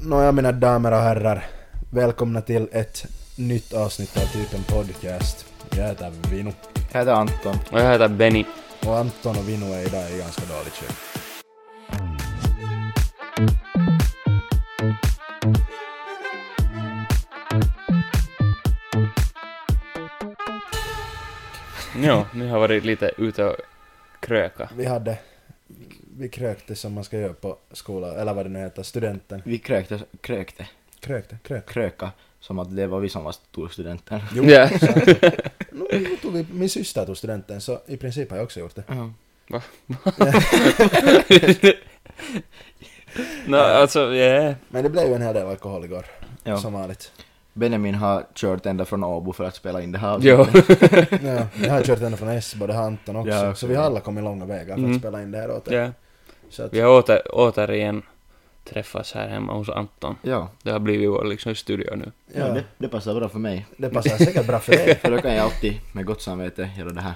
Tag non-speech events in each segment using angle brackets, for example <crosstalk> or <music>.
Nåja mina damer och herrar, välkomna till ett nytt avsnitt av typen podcast. Jag heter Vinu. Jag heter Anton. Och jag heter Benny. Och Anton och Vinu är idag i ganska dåligt skick. Ja, ni har varit lite ute och kröka. Vi hade, vi krökte som man ska göra på skolan, eller vad det nu heter, studenten. Vi krökte, krökte, Krökte, krök. kröka, som att det var vi som var storstudenten. Jo, Ja. så här. Nu, nu tog vi, min syster tog studenten, så i princip har jag också gjort det. Ja. No, Eh, alltså, yeah. Men det blev ju en hel del alkohol igår, Ja. som vanligt. Benjamin har kört ända från Åbo för att spela in det här Jo. <laughs> Ja, jag har kört ända från Esbo, det har Anton också. Ja, Så vi har alla kommit långa vägar för att Mm. spela in det här åt er. yeah. Så att, Vi har åter, återigen träffats här hemma hos Anton. Ja, Det har blivit vår liksom studio nu. ja. ja, Det, det passar bra för mig. det passar säkert bra för dig. För då kan jag alltid med gott samvete göra det här.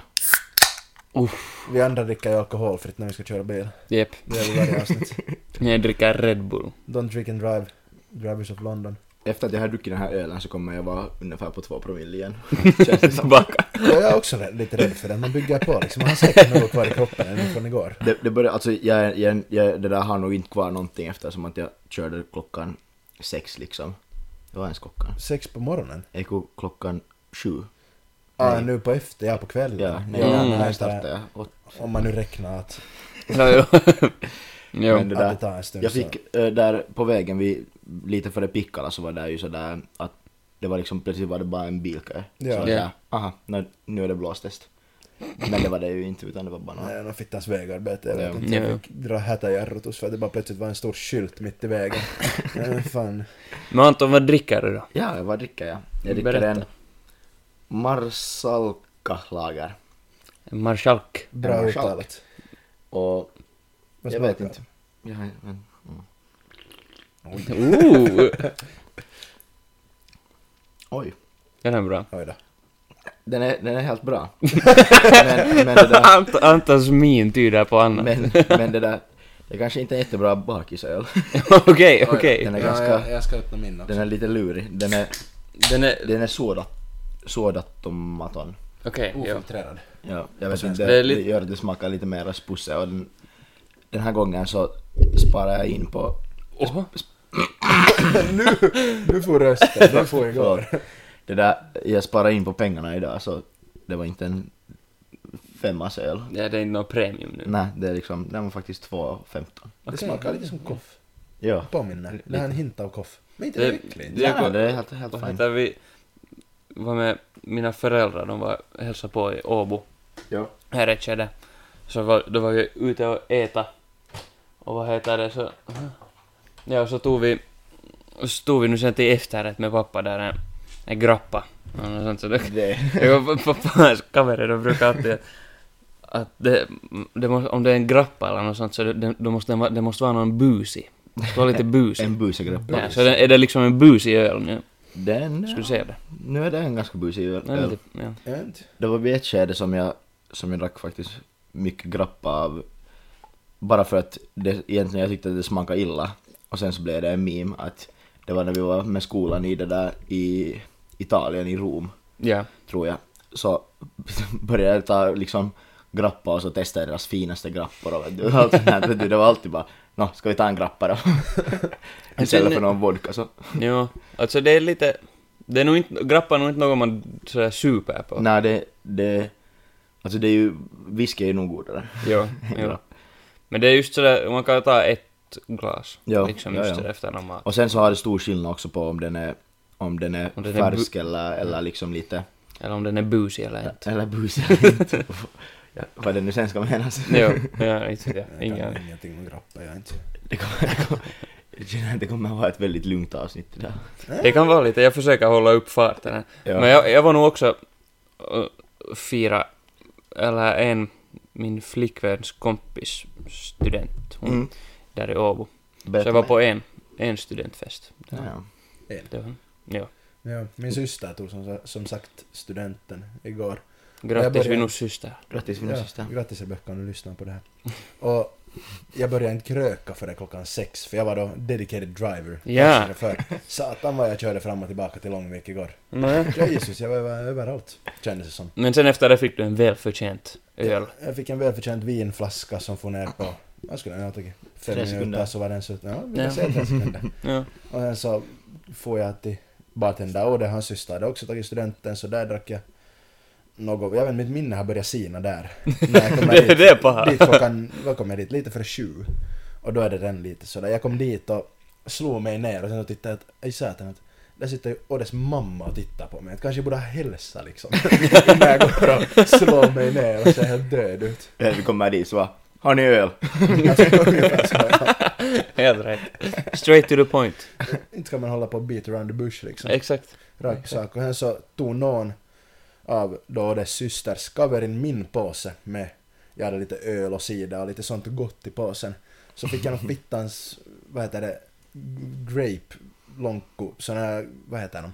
Vi andra dricker ju alkoholfritt när vi ska köra bil. Jep. Det är väl varje avsnitt. Jag dricker Red <laughs> Bull. Don't drink and drive. Drivers of London. Efter att jag har druckit den här ölen så kommer jag vara ungefär på två promille igen. Tillbaka. Ja, jag är också rädd- lite rädd för den, man bygger på liksom. Man har säkert något kvar i kroppen ännu från igår. Det, det börjar, alltså jag, är- jag, är- jag, det där har nog inte kvar någonting eftersom att jag körde klockan sex liksom. Det var ens klockan. Sex på morgonen? Jag gick upp klockan sju. Ja, ah, Nej. nu på efter, ja på kvällen. Mm. Ja, nej, Ja, ja, Mm. nej, när det- jag startade jag. åt- Om man nu räknar att, Ja, <laughs> jo. jo. Men det att det där, tar en stund jag så- fick eh, där på vägen, vi, lite före Pikkala så var det ju sådär att det var liksom plötsligt var det bara en bilkö. Ja. Så var det Ja. sådär, aha, nu, nu är det blåstest. Men det var det ju inte utan det var bara någon. Nej, någon fittans vägarbete. Jag vet Ja. inte, Ja. jag fick dra hätäjarrutus för att det bara plötsligt var en stor skylt mitt i vägen. <laughs> Ja, Fan. Men Anton, vad dricker du då? Ja, vad dricker jag? Jag dricker Berätta. en Marsalka-lager. En Marskalk. Bra En Marshall. uttalat. Och Vad jag smakar vet det? inte. Jag, har- men, mm. Ooh! Oj, Den är bra. Oj då. den är, den är <laughs> helt bra. men, men, det <laughs> där, Ant, Antons min tyder på annat. men, men det där, det kanske inte är en jättebra bakisöl. <laughs> Okej, Den okej. är Ja, ganska... jag, jag ska öppna min också. Den är lite lurig. Den är, Den är... den är sådat, sådat tomaton. Okej, jo. Ofiltrerad. Ja, jag vet svenska. inte, Det är det, lite- gör att det smakar lite mer spusse och den, den här gången så sparar jag in på... Oho. Nu får rösten, <laughs> den får igår. Förlåt. Det där, jag sparar in på pengarna idag så det var inte en femma öl. Ja, det är inte något premium nu. Nej, det är liksom, den var faktiskt 2,15. Det Okej. smakar lite som koff. Ja. Påminner. Det är en hint av koff. Men inte Det- riktigt. det- Det, Nej, det är helt, helt Vad fint. heter vi var med mina föräldrar, de var hälsade på i Åbo, Ja. här i Tjäde. Så var, då var vi ute och äta. Och vad heter det så... Ja, så tog vi... Så stod vi nu sen till efterrätt med pappa där, en, en grappa. Och något sånt, så då, <laughs> Det, jag var på pappas kameror, de brukar alltid... Att det, det måste, om det är en grappa eller något sånt så det, det, då måste, den vara- det måste vara någon busig. Det måste vara lite busig. en busig Ja, grappa. så det, är det liksom en busig öl nu? Den, Ska du säga det? nu är det en ganska busig öl. Den är lite, ja. Jag vet inte. Det var vid ett skede som jag, som jag drack faktiskt mycket grappa av bara för att det, egentligen jag tyckte att det smakade illa och sen så blev det en meme att det var när vi var med skolan i det där i Italien, i Rom <laughs> ja. tror jag så <laughs> började jag ta liksom grappa och så testade jag deras finaste grappor och vet du, allt sånt här, vet du, det var alltid bara nå ska vi ta en grappa då? <laughs> Istället för någon vodka så Jo, alltså det är lite... Det är nog inte, grappa är nog inte något man sådär super på. nej det, det alltså det är ju, whisky är ju nog godare Jo, jo. Men det är just sådär, man kan ta ett glas. Jo, liksom jo, just jo. sådär efter någon mat. Och sen så har det stor skillnad också på om den är, om den är Om den är färsk eller, eller liksom lite... Eller om den är busig eller inte. Eller busig eller <laughs> inte. Ja, Vad det nu sen ska <laughs> menas. jo, ja, inte ja, Jag Inga... kan ingenting om grappa, jag är inte. Det kommer, det kommer, jag känner att det kommer att vara ett väldigt lugnt avsnitt det där. Det kan vara lite, jag försöker hålla upp farten här. Ja. Men jag, jag var nog också och fira, eller en, min flickväns kompis student, hon Mm. där i Åbo. Så Berätta jag var mer. på en, en studentfest. Ja. Det var, ja. Ja, min syster tog som, som sagt studenten igår. Jag Grattis började- Vinus syster. Grattis min syster. Grattis Rebecka om du lyssnar på det här. Och jag började inte kröka före klockan sex, för jag var då dedicated driver. Ja. taxi För. Satan vad jag körde fram och tillbaka till Långvik igår. Nej. Ja, Jesus, jag var över- överallt, kändes det som. Men sen efter det fick du en välförtjänt öl. Jag fick en välförtjänt vinflaska som får ner på, vad skulle den ha tagit? Fem Tre minuter sekunder. så var den slut. Ja, vi Ja. kan säga tre sekunder. Ja. Och sen så får jag till bartender och det hans syster hade också tagit studenten så där drack jag något, jag vet mitt minne har börjat sina där. När jag kommer <laughs> Det- det är paha. dit klockan, vad kom jag dit? Lite före sju. Och då är det den lite sådär. Jag kom dit och slog mig ner och sen så tittade jag att, ej satan att där sitter ju Oddes mamma och tittar på mig. Att kanske jag borde ha hälsa liksom. <laughs> Innan jag går och slår mig ner och ser helt död ut. <laughs> Eh, Vi kommer dit så va, har ni öl? Alltså, ungefär så. Ja. Helt rätt. Straight to the point. Inte ska man hålla på och beat around the bush liksom. Exakt. Rak sak. Och sen så tog någon av då dess systers kaverin min påse med, jag hade lite öl och cider och lite sånt gott i påsen. Så fick jag någon fittans, vad heter det, grape lonko, såna här, vad heter de?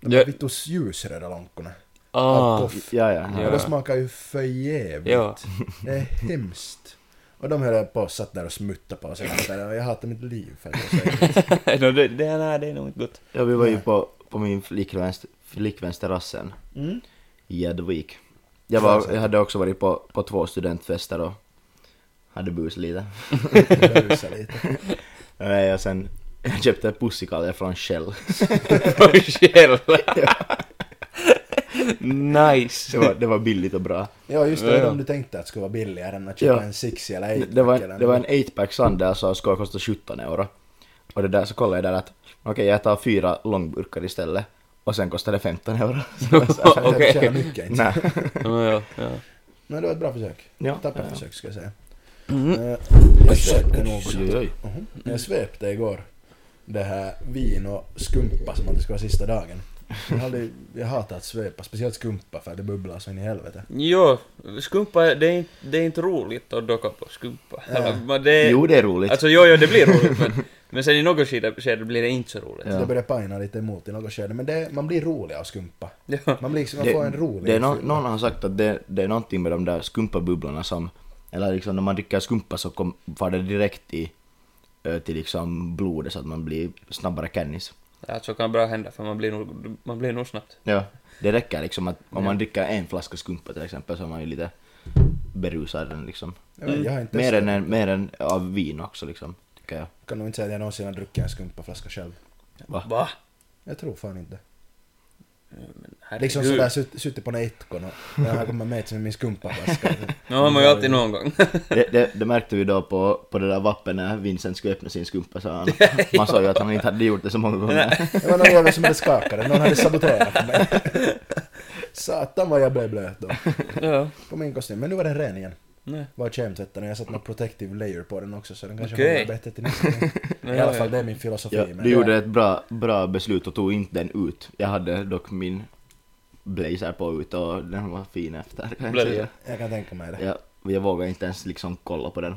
De Ja. här vittus ljusröda lonkorna. Av Ah. Koff. Ja, ja. Och det smakar ju för jävligt. Ja. Det är hemskt. Och de höll jag på och satt där och smuttade på sig. Och jag hatar mitt liv för att jag säger det. no, <laughs> det, det, nej, det är nog inte <laughs> gott. ja vi var ju på, på min flickväns, flickväns terrassen Mm. i Gäddvik. Jag, var, jag hade också varit på, på två studentfester och hade bus lite. Jag rusar lite. Nej, och sen jag köpte pussikalle från Shell. <laughs> Från Shell. nice. Det var, det var billigt och bra. Ja just det, det är Ja, ja. de du tänkte att skulle vara billigare än att köpa Ja. en Sixie eller Det, eight det, var, eller det var en 8-pack Sanders och skulle kosta 17 euro. Och det där så kollade jag där att okej jag tar fyra långburkar istället och sen kostar det <laughs> 15 euro. något. Jag Okej. tjänar mycket inte. Nej. Ja, ja, ja. Men det var ett bra försök. Ja. Tappert Ja. försök ska jag säga. Mm. Eh, Jag köpte något. Oj, oj. Mhm. Jag svepte igår det här vin och skumpa som att det ska vara sista dagen. Jag, har aldrig, jag hatar att svepa, speciellt skumpa för att det bubblar så in i helvete. Jo, skumpa, är- det är, inte- det är inte roligt att docka på skumpa. Ja. Eller, men det, Jo det är roligt. Alltså jo, jo, det blir roligt men, men sen i något skede skede blir det inte så roligt. Så Ja. det börjar pajna lite emot i något skede, men det, man blir rolig av skumpa. Ja. Man, blir, liksom- man det, får en rolig det är no, fylla. någon har sagt att det, det är någonting med de där skumpabubblorna som, eller liksom när man dricker skumpa så kom, far det direkt i ö, till liksom blodet så att man blir snabbare kännis. Ja, så kan bra hända för man blir nog, man blir nog snabbt. Ja. Det räcker liksom att om man dricker en flaska skumpa till exempel så är man ju lite berusad än liksom. jag, vet, jag har inte Mer än, en- mer än av vin också liksom, tycker jag. Jag kan nog inte säga att jag någonsin har druckit en skumpaflaska själv. Va? Va? Jag tror fan inte. Herregud. Liksom sådär sutt- suttit på neitkon och när han kommer med med min skumpaflaska. Nu har man ju alltid någon gång. <laughs> Det, det, det märkte vi då på, på det där vappen när Vincent skulle öppna sin skumpa så <laughs> han, man såg ju att han inte hade gjort det så många gånger. Det var någon jävel som hade skakat den, någon hade saboterat för mig. Satan vad jag blev blöt då. ja. På min kostym, men nu var den ren igen. Nej. Var kemtvätten och jag satte någon protective layer på den också så den kanske Okej. håller bättre till nästa <laughs> gång. Ja, I alla fall ja. det är min filosofi. <laughs> Ja, men du gjorde ett bra, bra beslut och tog inte den ut. Jag hade dock min blazer på ut och den var fin efter kan jag Blev säga. Jag kan tänka mig det. Jag, jag vågade inte ens liksom kolla på den.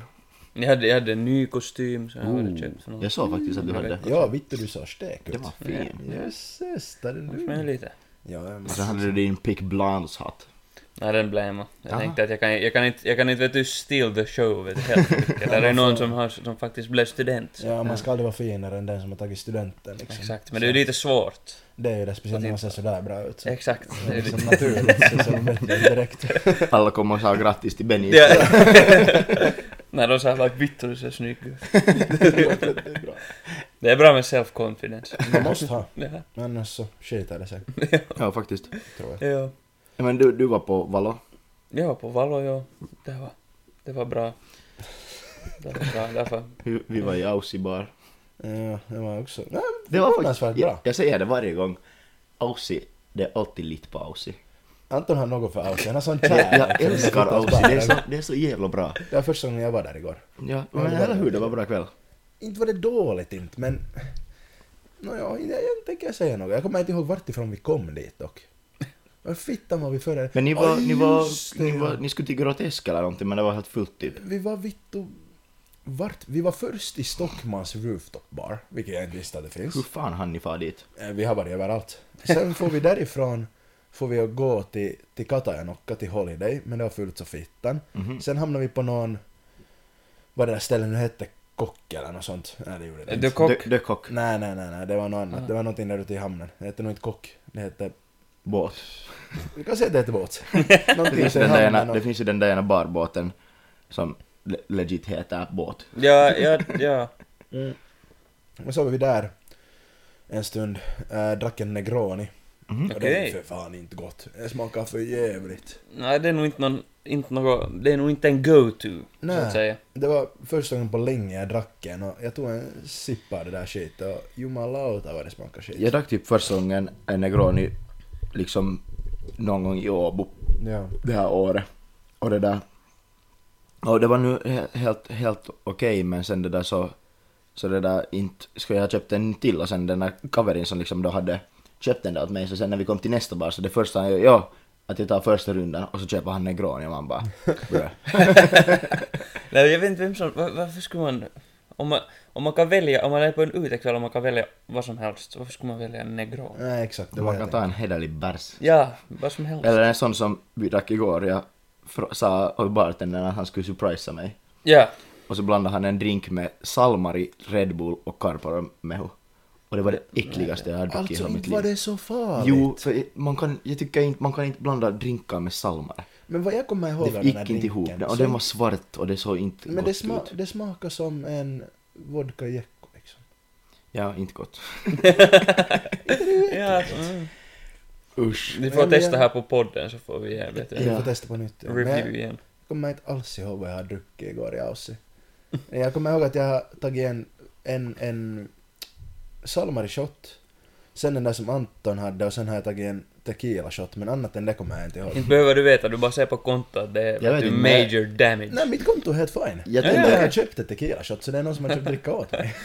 Jag hade, jag hade en ny kostym som jag hade köpt för någon. Jag såg faktiskt att du hade. Ja, vittu du sa stek ut. Det var fin. Jösses, där är Varför är det du. lite? Ja, men- Och sen hade du din Pick Blondes hatt. Nej, den blev hemma. Jag Jaha. tänkte att jag kan, jag kan inte, jag kan inte vet du, steal the show vet du, helt <laughs> mycket. Eller det är någon som, har, som faktiskt blev student. så- Ja, man ska aldrig vara finare än den som har tagit studenten liksom. Exakt, men det är ju lite svårt. Det är ju det, speciellt när man ser sådär bra ut. Så. Exakt. Det är liksom <laughs> naturligt, så ser man bättre ut direkt. Alla kom och sa grattis till Benny. Ja. <laughs> Nej, de sa like vittu du ser snygg <laughs> ut. det är bra. Det är bra med self-confidence. Man måste ha, Ja. annars så skiter det sig, Ja, faktiskt. tror jag. Ja. Ja, Men du, du var på Valo. ja, på Valo, ja. Det var, det var bra. Det var bra, därför. Vi, vi var i Aussie bar. Ja, Eh, det var också... Ja, Det var Förvånansvärt faktiskt... bra. Jag, jag säger det varje gång. Aussie, det är alltid lite på Aussie. Anton har något för Aussie, han har sån Jag, kärlek. jag älskar Aussie, det är, så, det är så jävla bra. Det var första gången jag var där igår. Ja, men eller hur, det var bra kväll. Inte var det dåligt inte, men... Nåja, jag, jag tänker säga något. Jag kommer inte ihåg vart ifrån vi kom dit dock. Vad fittan var vi före? Men ni var, Ja, ni var, just det, ni ja. var, ni skulle till Grotesk eller någonting men det var helt fullt typ. Vi var vitt och... Vart? Vi var först i Stockmans rooftop bar, vilket jag inte visste att det finns. Hur fan hann ni fara dit? Eh, Vi har varit överallt. Sen får vi därifrån får vi att gå till, till Katajanokka, till Holiday, men det var fullt så fittan. Sen hamnar vi på någon vad det där stället nu hette, Kock eller något sånt. Nej det gjorde det Du inte. kock. Dö- Dö kock. Nej, nej, nej, nej, det var något annat. Ah. Det var någonting där ute i hamnen. Det hette nog inte Kock. Det hette... Båt. Vi kan säga att det hette båt. Det Någonting finns, ju i den där hamnen ena, och... det finns ju den där ena barbåten som le- legit heter båt. Ja, ja, ja. Mm. Och så var vi där en stund, äh, drack en Negroni. Mhm. Och det var ju Okej. för fan inte gott. Det smakar för jävligt. Nej, det är nog inte någon, inte något, det är nog inte en go-to, så Nej. att säga. Det var första gången på länge jag drack en och jag tog en sipp av det där skiten och jumalauta vad det smakar skit. Jag drack typ första gången en Negroni liksom någon gång i Åbo Ja. det här året. Och det där. Och det var nu he- helt, helt okej men sen det där så, så det där inte, skulle jag ha köpt en till och sen den där kaverin som liksom då hade köpt den där åt mig så sen när vi kom till nästa bar så det första han gör, ja, att jag tar första rundan och så köper han Negroni och man bara, "Bruh." Nej, jag vet inte vem som... va- Varför skulle man... Om man, om man kan välja, om man är på en utekväll och man kan välja vad som helst, varför skulle man välja en negron? Nej exakt, det var man kan jag ta tänkte. en hederlig bärs. Ja, vad som helst. Eller en sån som vi drack igår, jag fr- sa åt bartendern att han skulle surprisa mig. Ja. Och så blandade han en drink med Salmari, Red Bull och Karparo Mehu. Och det var det äckligaste jag har druckit i Alltså hela mitt inte liv. var det så farligt. Jo, för man kan, jag tycker inte, man kan inte blanda drinkar med Salmari. Men vad jag kommer ihåg av Det den gick här inte ihop. drinken, Det- Och så- den var svart och det såg inte Men gott det, sma ut. det smakar som en vodka jekko liksom. Ja, inte gott. ja mm. Usch. Ni Ja, får men testa jag- här på podden så får vi ge bättre Vi får testa på nytt. Men review jag igen. kommer inte alls ihåg vad jag har druckit igår i Aussie. Men Jag kommer ihåg att jag har tagit en, en, en Salmari shot, sen den där som Anton hade och sen har jag tagit en tequila shot men annat än det kommer jag inte ihåg. Inte behöver du veta, du bara ser på kontot att det är Jag vet vet du, inte, men- major damage. Nej, mitt konto är helt fine. Jag Jag tänkte tänkte- att jag köpte tequila shot, så det är någon som har köpt dricka åt <laughs> mig.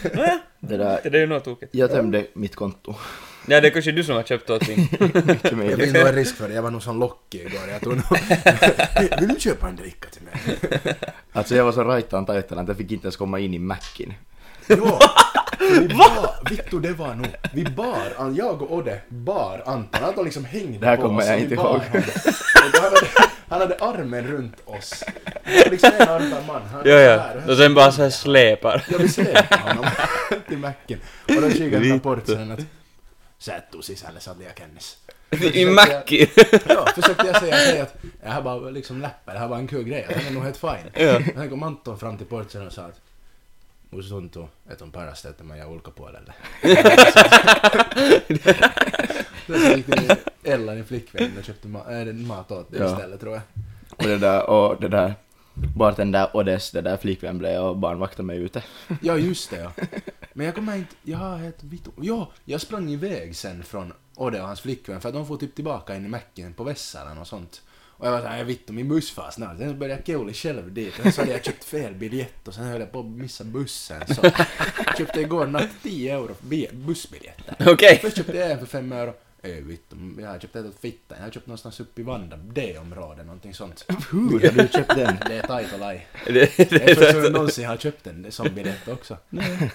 Det där, Det är ju något tokigt. jag tömde mitt konto. <laughs> Ja, det är kanske du som har köpt åt din. <laughs> Mycket Jag möjligt. finns nog en risk för det, jag var nog som Locky igår. Jag <laughs> tog nog... Vill du köpa en dricka till mig? Alltså jag var så rajtan tajtan att jag fick inte ens komma in i macken. <laughs> Jo! Vi bar, Victor det var nog, vi bar, An- jag och Odde bar Anton, Anton liksom hängde Det här på kommer oss jag och vi inte bar ihåg. honom. Och då Han hade, han hade armen runt oss. Det var Liksom en arm per man. Han ja, var så ja. här och Och sen bara såhär släpar. Jag vill släpa honom <laughs> till macken. Och då kikade den där portsen att Sätt du sisälle så att jag kännes. <laughs> I Mackie. Ja, försökte jag säga hej att det här bara liksom läppar, det här var en kul grej, att den är nog helt fine. Ja. Men Sen kom Anton fram till porten och sa att Musta tuntuu, että on parasta, että mä jään ulkopuolelle. Sen gick det Ella, din flickvän, och köpte ma- äh, mat åt dig Ja. istället tror jag. Och det där, och det där. Bartender och dess, det där flickvän blev och barnvaktade mig ute. Ja, just det ja. Men jag kommer inte... Jag har ett vitt... Ja, jag sprang iväg sen från Odde och hans flickvän för att de får typ tillbaka in i macken på Vässaren och sånt. Och jag var såhär, jag vitt om min buss far snart. Sen började jag kolla själv dit. Sen så hade jag köpt fel biljett och sen höll jag på att missa bussen. Så jag köpte igår natt 10 euro bi- bussbiljetter. Okej. Först köpte jag en för 5 euro. Öh, vitt om- jag har köpt ett åt fittan. Jag har köpt någonstans uppe i Vanda, D-område, någonting sånt. Hur har du köpt den? Det är tajt och laj. Det- det- Jag tror inte jag någonsin har köpt en sån biljett också.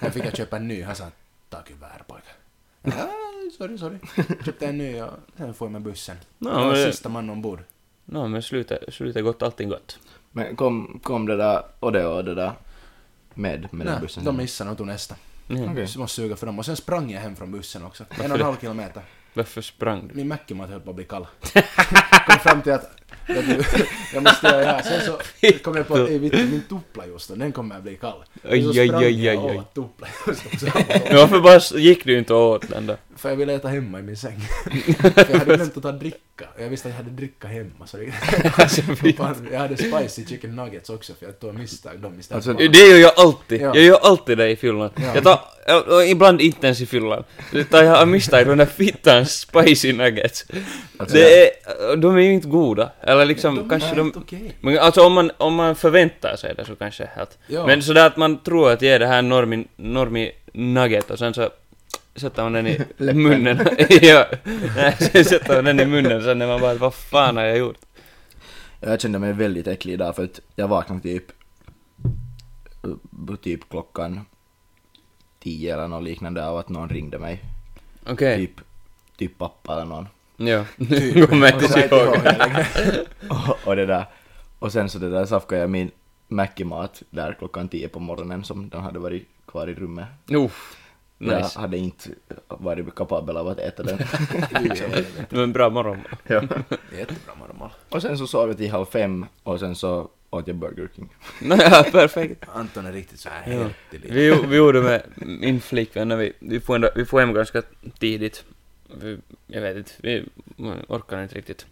Jag fick jag köpa en ny. Han sa ta kuvert pojkar. Ah, sorry, sorry. Köpte en ny och sen får jag med bussen. Nå, jag var men- sista man ombord. Nå, men sluta, sluta gott, allting gott. Men kom, kom det där och det och det där med, med Nej, den bussen? de missade och tog nästa. Mm. Okej. Så måste suga för dem. Och sen sprang jag hem från bussen också. En och en halv kilometer. Varför sprang du? Min Mäckimat höll på att bli <laughs> kall. Kom fram till att vet du, jag måste göra det här. Sen så kom jag på att "Ey, vittu, niin min tupplajuusto, den kommer att bli kall. Och så Oj, oj, sprang oj, jag oj, och oj. åt tupplajuusto på samma gång. Men varför bara s- gick du inte åt den då? För jag ville äta hemma i min <laughs> säng. För jag hade glömt att ta dricka. Och Jag visste att jag hade dricka hemma. Så det... <laughs> Fan, jag hade spicy chicken nuggets också för jag tog misstag dem istället. Alltså, Bara- Det gör jag alltid. Ja. Jag gör alltid det i fyllan. Ja. Jag tar, ö- ö, ibland inte ens i fyllan. Det tar jag av misstag de där fittans spicy nuggets. Alltså, Det är, de är ju inte goda. Eller liksom de kanske är de... helt okej. Men alltså om man, om man förväntar sig det så kanske helt. Ja. <laughs> Men sådär att man tror att ge det här normi, normi nugget och sen så sätter man den <laughs> i munnen. ja. Nej, sen sätter man den i munnen sen när man bara vad fan har jag gjort? Jag kände mig väldigt äcklig idag för att jag vaknade typ typ klockan tio eller något liknande av att någon ringde mig. Okej. Typ. Typ, typ pappa eller någon. Ja. Kommer Och så inte här, ihåg. <laughs> jag lägger- Och, och det där. Och sen så det där safkade jag min Mäckimat där klockan 10 på morgonen som den hade varit kvar i rummet. Uff. Nice. Jag hade inte varit kapabel av att äta den. Det var en bra <laughs> morgon. ja. Jättebra morgonmål. Och sen så sov jag till halv fem och sen så åt jag Burger King. Naja, perfekt. Anton är riktigt så här liksom. Ja. helt i livet. Vi, gjo- vi gjorde med min flickvän när vi, vi, får ändå, vi får hem ganska tidigt. Vi, jag vet inte, vi orkar inte riktigt.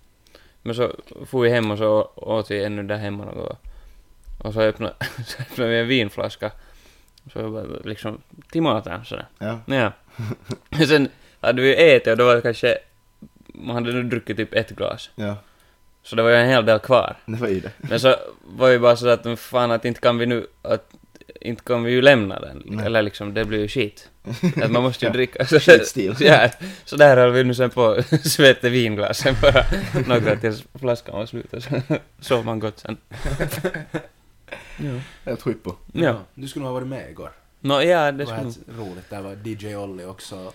Men så får vi hem och så åt vi ännu där hemma något. Och så öppnade, <laughs> så öppnade vi en vinflaska. Så jag bara liksom Timatan sådär. Ja. Ja. <laughs> Sen hade vi ätit och då var det kanske, man hade nu druckit typ ett glas. ja, Så det var ju en hel del kvar. det var ju det. Men så var ju bara så att men fan att inte kan vi nu, att inte kan vi ju lämna den. Nej. Eller liksom, det blir ju skit. Att man måste ju <laughs> Ja. dricka. Skitstil. <laughs> ja, så där höll vi nu sen på <laughs> och svepte vinglasen bara några tills flaskan var slut och så <laughs> sov man gott <laughs> sen. ja. Helt skippo. ja. Du skulle nog ha varit med igår. Nå, ja, det Det var skulle... helt roligt. Där var DJ Olli också,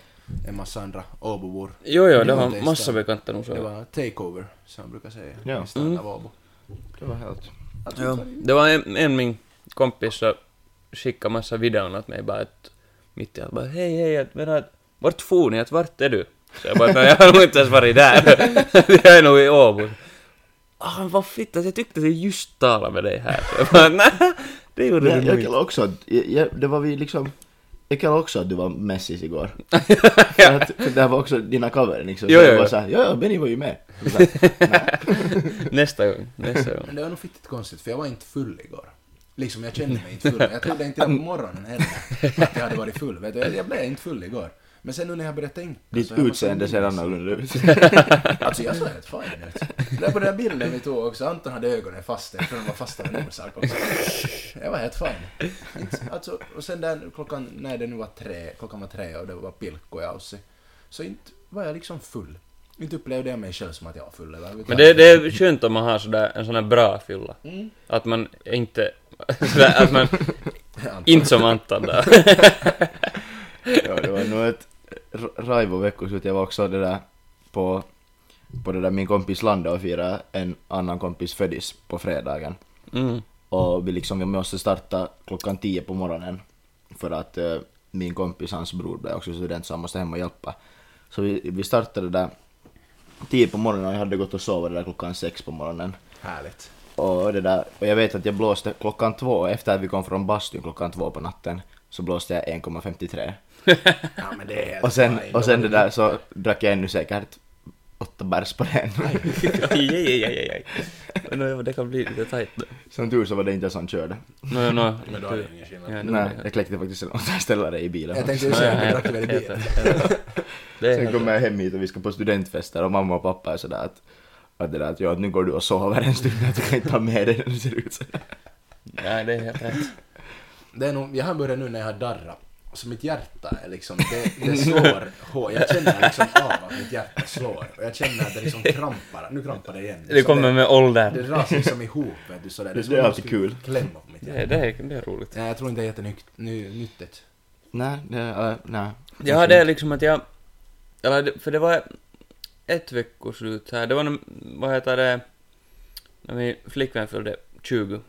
en massa andra Åbobor. Jo, jo, det Det var var inte massa ens det. bekanta nog Det så. Mm. var takeover, som man brukar säga. Ja. I stan av Åbo. Det var helt... Ja. Det var en, en min kompis som skickade massa videon åt mig bara att mitt i allt bara hej hej, att, men att, vart for ni? Att, vart är du? Så jag bara "Nej, jag har nog inte ens varit där. <laughs> jag är nog i Åbo. Ah, men vad fitta, jag tyckte att jag just talade med dig här. Så jag bara nej, det gjorde Jag, du nog jag inte. kallar också att, jag, jag, det var vi liksom, jag kallar också att du var messis igår. <laughs> för att, för det här var också dina cover liksom. Jo, Så jo, jag jo. var såhär, ja, ja, Benny var <laughs> ju med. Så här, Nästa gång, nästa gång. Men det var nog fittigt konstigt, för jag var inte full igår. Liksom, jag kände mig inte full. Jag trodde inte det på <laughs> morgonen heller att jag hade varit full. Vet du? Jag blev inte full igår. Men sen nu när jag började tänka... Ditt så jag måste- utseende ser annorlunda ut. Alltså jag såg helt fin ut. Där på den här bilden vi tog också, Anton hade ögonen fasta, jag tror de var fasta med orsak också. Jag var helt fin. Inte- Alltså, och sen där klockan, när det nu var tre, klockan var tre och det var Pilkko i Aussie, så inte var jag liksom full. Inte upplevde jag mig själv som att jag var full överhuvudtaget. Men det, det är skönt om man har sådär, en sån här bra fylla. Att man inte, <laughs> sådär, att man, Anton. inte som Anton där. <laughs> ja, det var nog ett r- raivo veckoslut. Jag var också det där på, på det där min kompis Landa och firade en annan kompis födis på fredagen. Mm. Och vi liksom, vi måste starta klockan 10 på morgonen. För att eh, min kompis, hans bror, blev också student så han måste hem och hjälpa. Så vi, vi startade där 10 på morgonen och jag hade gått och sovit där klockan 6 på morgonen. Härligt. Och, det där, och jag vet att jag blåste klockan två, efter att vi kom från bastun klockan två på natten, så blåste jag 1,53. Ja men det är helt Och sen, fine. och sen det där så drack jag ännu säkert åtta bärs på den. Aj, aj, aj, aj, aj. Men nu, det kan bli lite tajt nu. <laughs> Som tur så var det inte jag som körde. No, no. Men då är det ingen skillnad. Nej, jag kläckte faktiskt en återställare i bilen. Jag tänkte ju säga att du drack väl i bilen. Sen kommer jag hem hit och vi ska på studentfester och mamma och pappa är sådär att, att, det där, att, ja, att nu går du och sover en stund, att du kan inte ta med dig när du ser ut sådär. Nej, det är helt rätt. Det är nog, jag har börjat nu när jag har darrat. Så mitt hjärta är liksom, det, <laughs> det slår hårt. Jag känner liksom av att mitt hjärta slår. Och jag känner att det liksom krampar. Nu krampar det igen. Det kommer med Det åldern. dras liksom ihop vet du sådär. Det- som det är om alltid jag skulle kul. Klämma på mitt Det är, hjärta. det är, det är roligt. Nej, jag tror inte det är jättenyttigt. Nej, det, äh, nej. Ja, det är liksom att jag... Eller, det- för det var ett veckoslut här. Det var när, vad heter det, när min flickvän fyllde 20.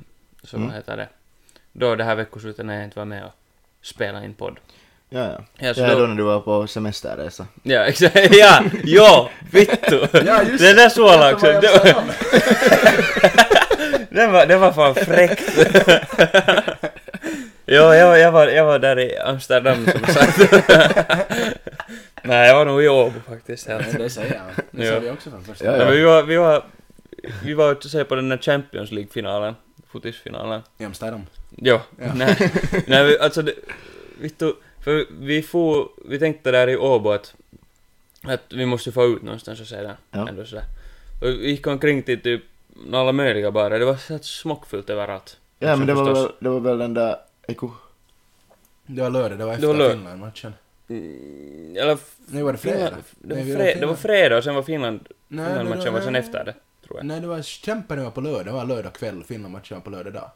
Så Mm. vad heter det, då det här veckoslutet när jag inte var med och spelade in podd. Ja, ja. Ja, så Alltså ja, då- då när du var på semesterresa. Ja, <laughs> exakt. Ja, ja, vittu. Ja, just det. där Vet sålan du också. vad jag Det sa var, om? det var, det var fan fräckt. <laughs> ja, jag, var- jag, var, jag var där i Amsterdam som sagt. <laughs> Nej, jag var nog i Åbo faktiskt. Helt. Nej, Det säger jag. Det Ja. sa vi också från första. Ja, Nej, början. men vi var, vi var, vi var ute och se på den där Champions League-finalen, fotisfinalen. I Amsterdam. Jo, Ja. nej, nej vi, alltså det, vi tog, för vi får, vi tänkte där i Åbo att, att vi måste få ut någonstans och se den, Ja. ändå sådär. Och vi gick omkring till typ alla möjliga barer, det var så här smockfullt överallt. Ja, men det var, Förstås. väl, det var väl den där Eko... Det var lördag, det var Det var efter lördag. Finland-matchen. Mm, eller, f- Nej, var det fredag? Finland- det var, Nej, vi var fre, det Finland. var fredag och sen var Finland, Nej, Finlandmatchen var sen nej. efter det, tror jag. Nej, det var Kämpen var på lördag, det var lördag kväll, Finland-matchen var på lördag dag.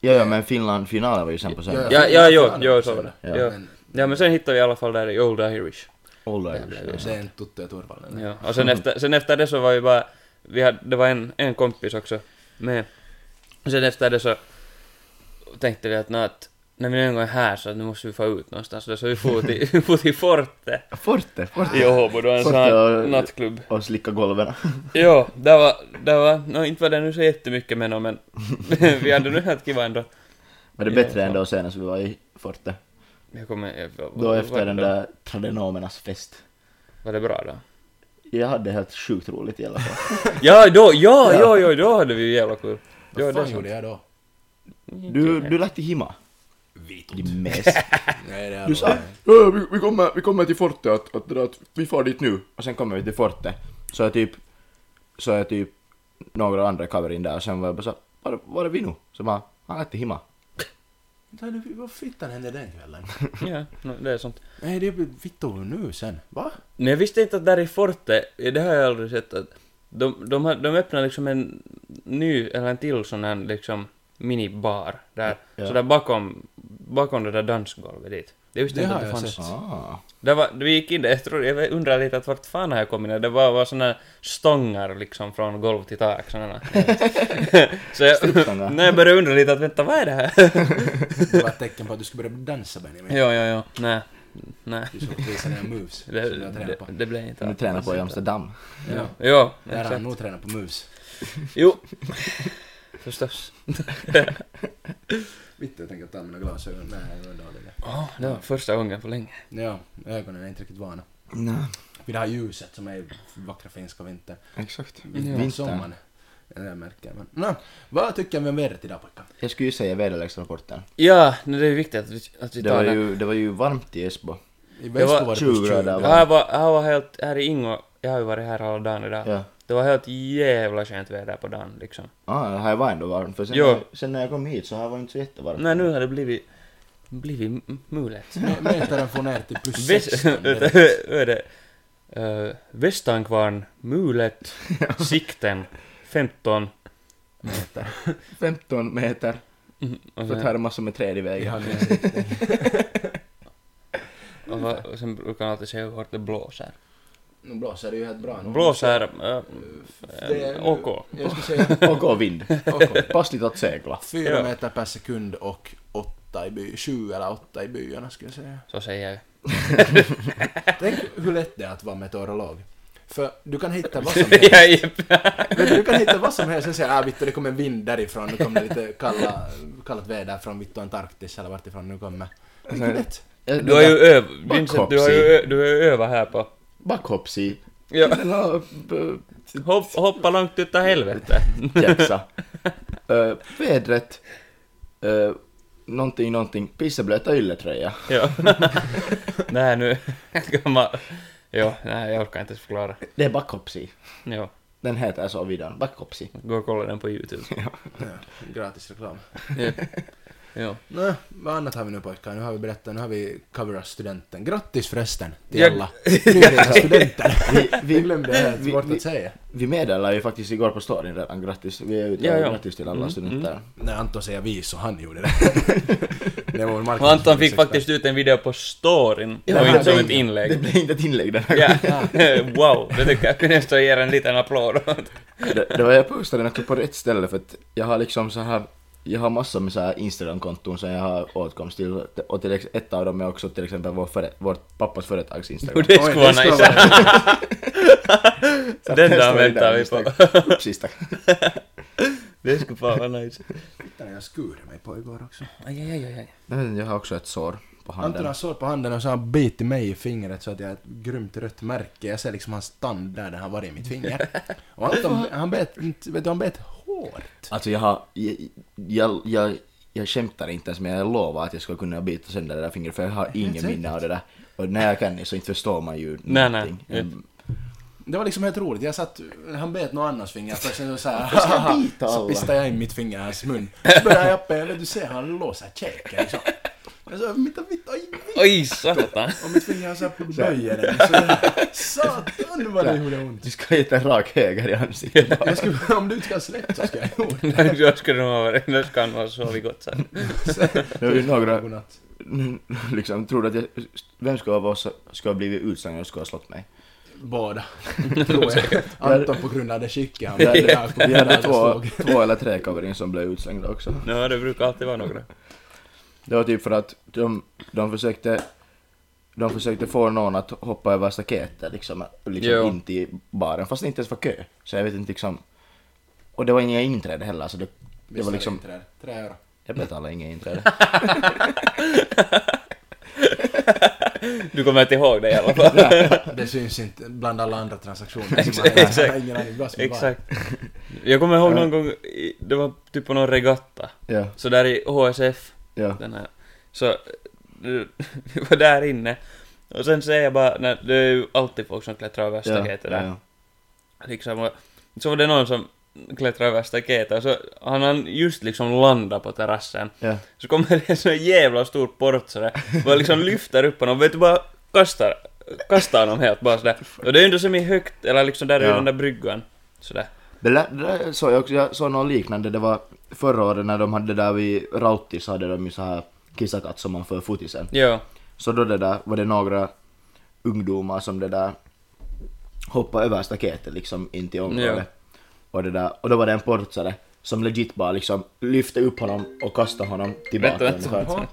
Ja, ja, men Finland-finalen var ju sen på söndag. Ja, ja, jo, jo, så var Finland- det. Ja. Ja. Men ja, men sen hittade vi i alla fall där i Old Irish. All det Irish. är en Tutte ja Turvallinen. Ja, och sen efter, sen efter det så var ju bara, vi hade, det var en, en kompis också med, Sen efter det så tänkte vi att, nå, att när vi nu en gång är här så att nu måste vi få ut någonstans. Så vi for till, for till Forte Forte, Forte. i Åbo, då en sån Forte här och- nattklubb. Och slicka golven. Jo, där var, där var, nå inte var det nu så jättemycket med nå, men <laughs> vi hade nu helt kiva ändå. Var det Ja, bättre fan. än då senast vi var i Forte? Jag kommer, jag, vad- Då vad- efter vad- den där tradenomernas fest. Var det bra då? Jag hade helt sjukt roligt i alla <laughs> fall. Ja, då, ja, ja, ja, då hade vi ju jävla kul. Vad Ja, det är fan sant. gjorde jag då? Du, du lät till himma. Din <laughs> mes. Nej, det är Du nog- sa "Ö, Eh, vi, vi, kommer, vi kommer till Forte, att, att, att vi far dit nu. Och sen kommer vi till Forte. Så är typ, så är typ några andra cover in där och sen var jag bara så var, var är vi nu? Så bara, han är till himma. Vänta, det- Vad fittan hände den <laughs> kvällen? Ja, nå, det är sant. Nej, det blir vittu nu <laughs> sen. Va? Men jag visste inte att där i Forte, det har jag aldrig sett att de, de, har, de öppnar liksom en ny, eller en till sån här liksom minibar där, Ja. så där bakom, bakom det där dansgolvet dit. Det visste Det jag inte har att det jag fanns. sett. Ah. Det var, vi gick in där, jag, tror, jag undrar lite att vart fan har jag kommit när det bara var såna här stångar liksom från golv till tak såna <laughs> här. Så jag, <laughs> Strippstångar. när jag började undra lite att vänta vad är det här? Det var ett tecken på att du skulle börja dansa Benjamin. jo, jo, jo, nej, nej. Du skulle visa dina moves som Det, du har det, tränat på. det blev inte Som du av. tränar på i Amsterdam. Ja. Jo, Där har exakt. han nog tränat på moves. Jo. Förstås. Vittu, jag tänker ta mina glasögon. Nej, det var dåliga. Oh, det var första gången på länge. Ja, ögonen är inte riktigt vana. Nej, Vid det här ljuset som är i vackra finska vintern. exakt. Vintern. Sommaren. Ja, Det märker man. Nå, vad tycker vi om vädret idag pojkar? Jag skulle ju säga väderleksrapporten. Ja, nej, det är viktigt att vi, att vi Det tar var, den. ju, det var ju varmt i Esbo. I Det var Väsbo var det plus 20 grader. Ja, Här var, här var helt, här i Ingo, jag har ju varit här hela dagen idag. Ja. Det var helt jävla skönt väder på dagen liksom. Ah, här var ändå varmt. För sen, Jo. sen när jag kom hit så här var det inte så jättevarmt. Nej, nu har det blivit, blivit m- mulet. Me- Metaren får ner till plus Väst, 16. <laughs> vänta, direkt. vad är det? Uh, Västankvarn, mulet, sikten, 15. 15 meter. Och För att sen, här är massor med träd i vägen. Ja, det är riktigt. och, vad- och sen brukar man alltid se hur hårt det blåser. Nu blåser det ju helt bra. nu. Blåser, uh, Det är- OK. Jag skulle säga Och gå vind. okej. Passligt att segla. Fyra <laughs> Ja. meter per sekund och åtta i by, sju eller åtta i byarna skulle jag <laughs> säga. Så säger jag. Tänk hur lätt det är att vara meteorolog. För du kan hitta <laughs> vad som helst. Ja, japp. Men du kan hitta vad som helst. Sen säger jag ah, vittu det kommer en vind därifrån. Nu kommer det lite kalla, kallt väder från vittu Antarktis eller vart ifrån nu kommer. Vilket lätt. Eh, Du har ju öv... Vincent, du har ju, Backhoppsi. ö- du har ju övat här på... Backhopps i. Ja. Eller, eh, Hopp, hoppa långt utav <laughs> helvete. Kepsa. Eh, Vädret. Uh, någonting, någonting. Pisseblöta ylletröja. Ja. <laughs> Nej nu... Gammal... Jo, nej jag orkar inte ens förklara. Det är backhopsi. Jo, Den heter så vidare. Backhopsi. gå och kolla den på YouTube. Ja, gratis reklam. Ja. Jo. Nå, vad annat har vi nu pojkar? Nu har vi berättat, nu har vi coverat studenten. Grattis förresten till Jag- alla nyblivna studenter. Vi glömde helt vi- bort vi- att säga. Vi meddelade ju faktiskt igår på storyn redan grattis. Vi är ute Ja, och ja. Mm, grattis till alla studenter. När Anton säger vi så han gjorde det. det var vår Och Anton fick marknadsföringsexpert. faktiskt ut en video på storyn Ja, och det inte som blev- ett inlägg. Det blev inte ett inlägg den här Ja, <laughs> wow, det tycker jag kunde stå och ge en liten applåd åt. det, det var jag postade den också på rätt ställe för att jag har liksom så här jag har massor med så här Instagram-konton som jag har åtkomst till och till, ex- ett av dem är också till exempel vår före, vårt pappas företags Jo, Instagram. det skulle vara det ska nice. Så <laughs> att den jag dagen står i väntar den vi på. Instagram. <laughs> Upsis, tack. Det skulle fan vara nice. Titta när jag skurde mig på igår också. Aj, aj, aj, aj. Nej, Jag har också ett sår på Anton har handen. sår på handen och så har han bitit mig i fingret så att jag har ett grymt rött märke. Jag ser liksom hans tand där den har varit i mitt finger. Och <laughs> Anton, han bet, inte- vet du, han bet hårt. Alltså jag har, jag, jag, jag, jag skämtar inte ens men jag lovar att jag ska kunna bita sönder det där fingret för jag har ingen minne av det där. Och när jag kan det så inte förstår man ju Nej, någonting. nej. Mm. Det var liksom helt roligt. Jag satt, han bet någon annans finger först sen så ska jag här, bita alla? så pistade jag in mitt finger i hans mun. Så började jag uppe, vet du ser han låser käken liksom. Jag sa mitt, mitt, oj, mitt. Oj, <laughs> satan. Och mitt finger så här böjer den. Så här, Satan vad det gjorde ont. Du ska hitta en rak höger i <laughs> ansiktet. Jag skulle, om du inte ska släppa så ska jag gjort det. Då skulle de ha varit, då ska han ha sovit gott sen. Det var ju några, Godnatt. <laughs> Mm, liksom, tror du att jag, vem skulle av oss skulle ha blivit utslängd och skulle ha slått mig? <laughs> Båda. Tror jag. Anton på grund av det skicket <laughs> han Vi hade, jag på vi grund av hade att jag två, slog. <laughs> två eller tre covering som blev utslängda också. Ja, det brukar alltid vara några. Det var typ för att de, de försökte de försökte få någon att hoppa över staketet liksom, liksom Jo. in till baren fast det inte ens var kö. Så jag vet inte liksom. Och det var inga inträde heller så det, det Visst var är liksom. inte det? Tre euro. Jag betalade inga <laughs> inträde. Du kommer inte ihåg det i alla <laughs> fall. Det syns inte bland alla andra transaktioner. som man- Exakt. jag har Ingen aning vad som var. Exakt. Jag kommer ihåg någon gång, i- det var typ på någon regatta. ja, Så där i HSF, ja. den här. Så eh, <laughs> vi var där inne. Och sen ser jag bara, när, det är ju alltid folk som klättrar över staketet där. ja. Liksom, och, så var det någon som klättrade över staketet och så han han just liksom landa på terrassen. ja. Så kommer det en sån jävla stor port sådär. Bara liksom lyfter upp honom, vet du bara kastar, kastar honom helt bara sådär. Och det är ju ändå som i högt, eller liksom där är ju Ja. den där bryggan. Sådär. Det, lä- det där såg jag också, jag såg något liknande, det var förra året när de hade det där vid Rauti så hade de ju så här kissakatt som man för fotisen. Jo. Så då det där var det några ungdomar som det där hoppade över staketet liksom in till området. Och, det där, och då var det en portsare som legit bara liksom lyfte upp honom och kastade honom tillbaka. Vänta, vänta. ungefär.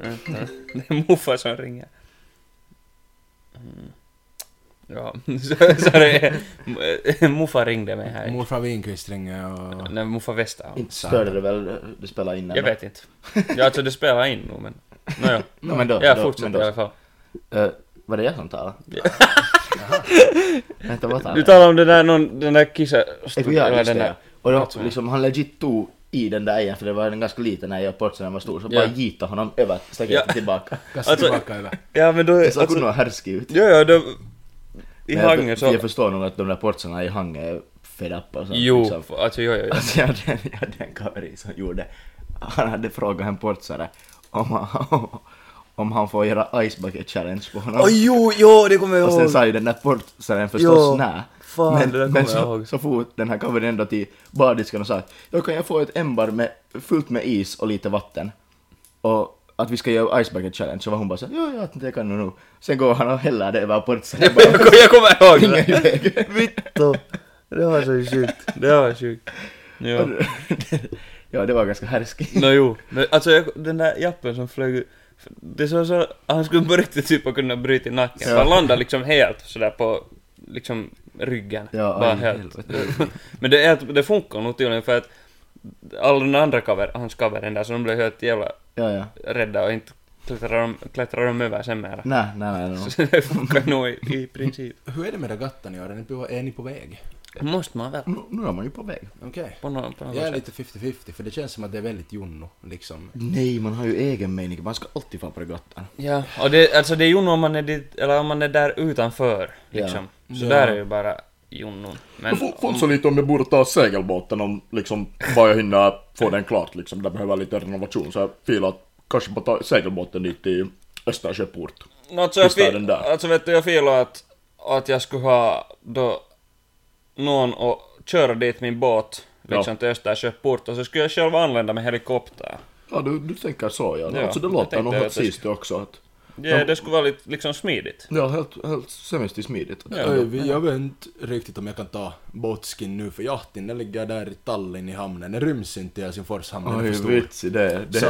Vänta. Vänta. Det är morfar som ringer. Mm. Ja, <laughs> så, så det är... Morfar ringde mig här. Morfar Winqvist ringer och... Nej, morfar Vesta. Inte störde det väl, det spelar in Jag vet inte. Ja, alltså det spelar in nog men... Nåja. No, men då, Jag då, men fortsätter då, i alla fall. Eh, var det jag som talade? Ja. <laughs> Vänta, vad talade Du jag? talar om den där, någon, den där kissa... Eku, ja, just den det. där- ja. Och då, liksom, han legit tog i den där igen, för det var en ganska liten när jag portionen var stor, så bara Ja. gitade honom över staketet Ja. <laughs> tillbaka. Kasta Alltså- tillbaka över. Ja men då... Det såg Alltså, nog härskig ut. ja, ja, då... I Men jag- Hangö så... Jag förstår nog att de där portsarna i Hangö är fed up och sånt. Jo, liksom. alltså jo, jo, jo. Alltså jag hade, jag hade en kaveri som gjorde, han hade frågat en portsare om han, om han får göra ice bucket challenge på honom. Åh jo, jo, det kommer jag och sen ihåg! sa ju den där portsaren förstås Jo, nä. fan, men det där kommer men jag så, ihåg. så fort den här kaverin ändå till bardisken och sa att då kan jag få ett ämbar med, fullt med is och lite vatten. Och att vi ska göra ice bucket challenge så var hon bara så här, ja, ja, det kan du nog. Sen går han och häller det över portsaren. <laughs> <laughs> Jag, kom- jag kommer ihåg det! Ingen väg. Vittu! Det var så sjukt. Det var sjukt. Ja. <laughs> ja, det var ganska härskigt. Nå jo. Men alltså jag, den där jappen som flög... Det såg så... Han skulle på riktigt typ ha kunnat bryta nacken. Ja. Han landade liksom helt sådär på... Liksom ryggen. Ja, Bara aj, helt. helvete. <laughs> Men det, är, att- det funkar nog tydligen för att... Alla den andra cover, hans cover den där, så de blev helt jävla Ja, ja. rädda och inte klättrar de, klättrar de över sen mera. Nej, nej, nej. <laughs> nej. Så det funkar nog i, i princip. Hur är det med regattan i år? Är ni på- Är ni på väg? Måste man väl? Nu, nu är man ju på väg. Okej. På något, på något Jag är sätt. lite 50-50 för det känns som att det är väldigt Jonno liksom. Nej, man har ju egen mening. Man ska alltid vara på regattan. Ja, och det, alltså det är Jonno om man är dit, eller om man är där utanför. Liksom. Så Ja. där är ju bara Jonno. Men så lite om jag borde ta segelbåten om liksom vad jag hinner få den klart liksom. Det behöver lite renovation så jag filar att kanske bara ta segelbåten dit till Östersjöport. No, alltså, jag Just där, fi- den där. alltså vet du, jag filade att, att jag skulle ha då någon och köra dit min båt liksom till Östersjöport och så skulle jag själv anlända med helikopter. Ja, du, du tänker så ja. Ja, alltså det jag låter tänkte nog att helt jag sist också att... Ja, det skulle vara lite liksom smidigt. Ja, helt, helt semester smidigt. Öj, vi- Jag vet inte riktigt om jag kan ta båtskin nu för jahtin den ligger där i Tallinn i hamnen. Den ryms inte i Helsingfors hamn. den är Oj, för stor. vits i det. det. Så,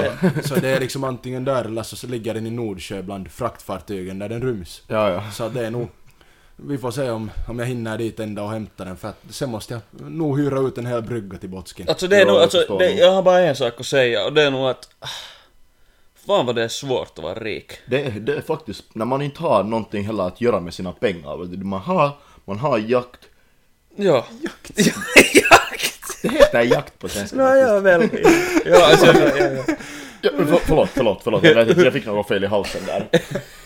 så det är liksom antingen där eller så, så ligger den i Nordsjö bland fraktfartygen där den ryms. Ja, ja. Så det är nog... Vi får se om, om jag hinner dit ända och hämta den för att sen måste jag nog hyra ut en hel brygga till Botskin. Alltså det är Ja, nog, jag alltså, förstår det, nog. jag har bara en sak att säga och det är nog att... ah, Fan vad det är svårt att vara rik. Det, är- det är faktiskt, när man inte har någonting heller att göra med sina pengar, vet du, man har, man har jakt. Ja. Jakt. Jakt! Det heter jakt på svenska. Nå, faktiskt. ja, väl. Ja, alltså, ja, ja, ja. Ja, men för, förlåt, förlåt, förlåt. Jag, vet inte, jag fick något fel i halsen där.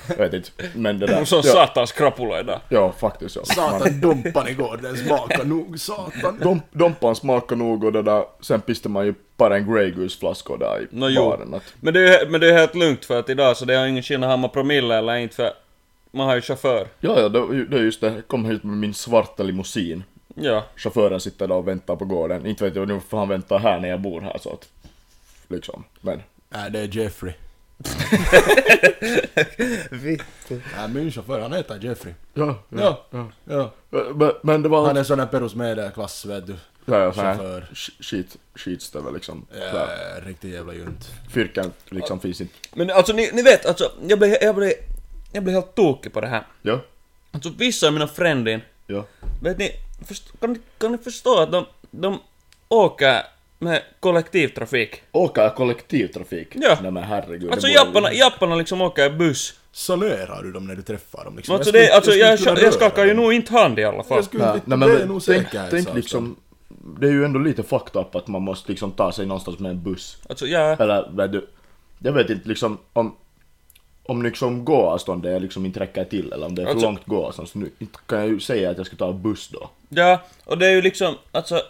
Jag vet inte, men det där. Hon sa ja, satans krapula idag. ja, faktiskt ja. Man, Satan dumpan igår, den smakar nog satan. dom, dompan smakar nog och det där, sen piste man ju bara en Grey Goose-flaskor där i Nå, jo. baren. Att, Men det, är, men det är helt lugnt för att idag så det har ingen skillnad om man promille eller inte för man har ju chaufför. ja, ja, det, det är just det. Jag kom hit med min svarta limousin. Ja. Chauffören sitter där och väntar på gården. Inte vet jag nu får han vänta här när jag bor här så att, liksom. Men, <laughs> Nej, det är Jeffrey. Vittu. Nej, min chaufför, han heter Jeffrey. Ja, Ja, ja. Men, men det var Han allt... är sån där perus medelklass, vet du. Ja, ja, sån här Chaufför. sk- skit, skitstövel liksom. Ja, Sådär. riktigt jävla junt. Fyrkant liksom finns inte. Men alltså ni, ni vet, alltså jag blev, jag blev, jag blev helt tokig på det här. Ja, Alltså vissa av mina frändin, ja. vet ni, först, kan, ni- kan ni förstå att de, de åker med kollektivtrafik? Åka kollektivtrafik. Ja. Nej men herregud. Alltså det borde- japparna, japparna liksom åker i buss. Sanerar du dem när du träffar dem liksom? Men alltså skulle- det, alltså skulle jag, inte jag, vilja röra skakar ju dem. nog inte hand i alla fall. Jag skulle Nej, inte- nej, men, det är nog tänk, säkerhetsavstånd. tänk liksom, det är ju ändå lite fucked up att man måste liksom ta sig någonstans med en buss. Alltså jag... Eller vet du, jag vet inte liksom om, om liksom gåavståndet liksom inte räcker till eller om det är för Alltså- långt gåavstånd så nu inte kan jag ju säga att jag ska ta en buss då. Ja, och det är ju liksom, alltså...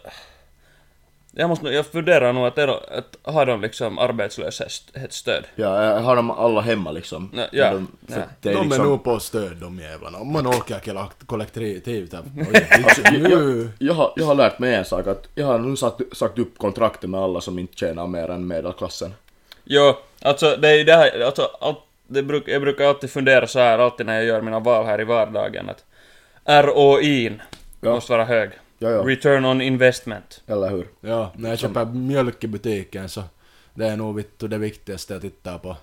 Jag måste nog- jag funderar nog att, är det- att har de liksom arbetslöshetsstöd? Ja, jag har dem alla hemma liksom. Nej, ja, Men de, för nej. det är de är liksom, nog på stöd de jävlarna. Om man åker kollekt- kollektivt <laughs> här. Oj, vitsen, jag, jag, nu- jag, har, jag har lärt mig en sak att jag har nu sagt, sagt upp kontraktet med alla som inte tjänar mer än medelklassen. Jo, alltså det är ju det här, alltså allt, det bruk, jag brukar alltid fundera så här, alltid när jag gör mina val här i vardagen att ROI Ja. måste vara hög. Ja, ja. Return on investment. Eller hur? Ja, när jag köper mjölk i butiken så det är nog vittu det viktigaste jag tittar på.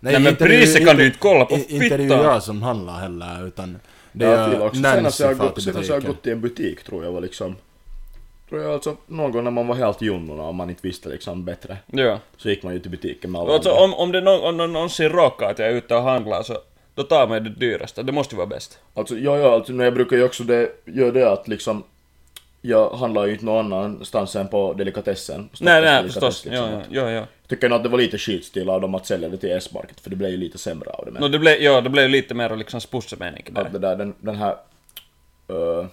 Nej, men inte det är ju- priset kan du ju inte kolla på, i- Inte det är ju fitta. jag som handlar heller utan det Ja, till gör också. Senast Nancy jag, far gått, till senast jag butiken. gått i en butik tror jag var liksom... Tror jag alltså någon gång när man var helt junnona och man inte visste liksom bättre. Jo. Så gick man ju till butiken med alla Alltså andra. om, om det någon, om någon någonsin råkar att jag är ute och handlar så då tar man det dyraste, det måste ju vara bäst. Alltså ja, ja, alltså, men jag brukar ju också det, göra det att liksom... Jag handlar ju inte någon annanstans än på delikatessen. Nej, Stockholms nej delikatess, förstås. Jo, liksom. jo, jo, jo. Tycker nog att det var lite skitstil av dem att sälja det till S-market för det blev ju lite sämre av det. Men No, det blev, jo, det blev lite mer liksom spussemening där. att det där, den, den här... Uh,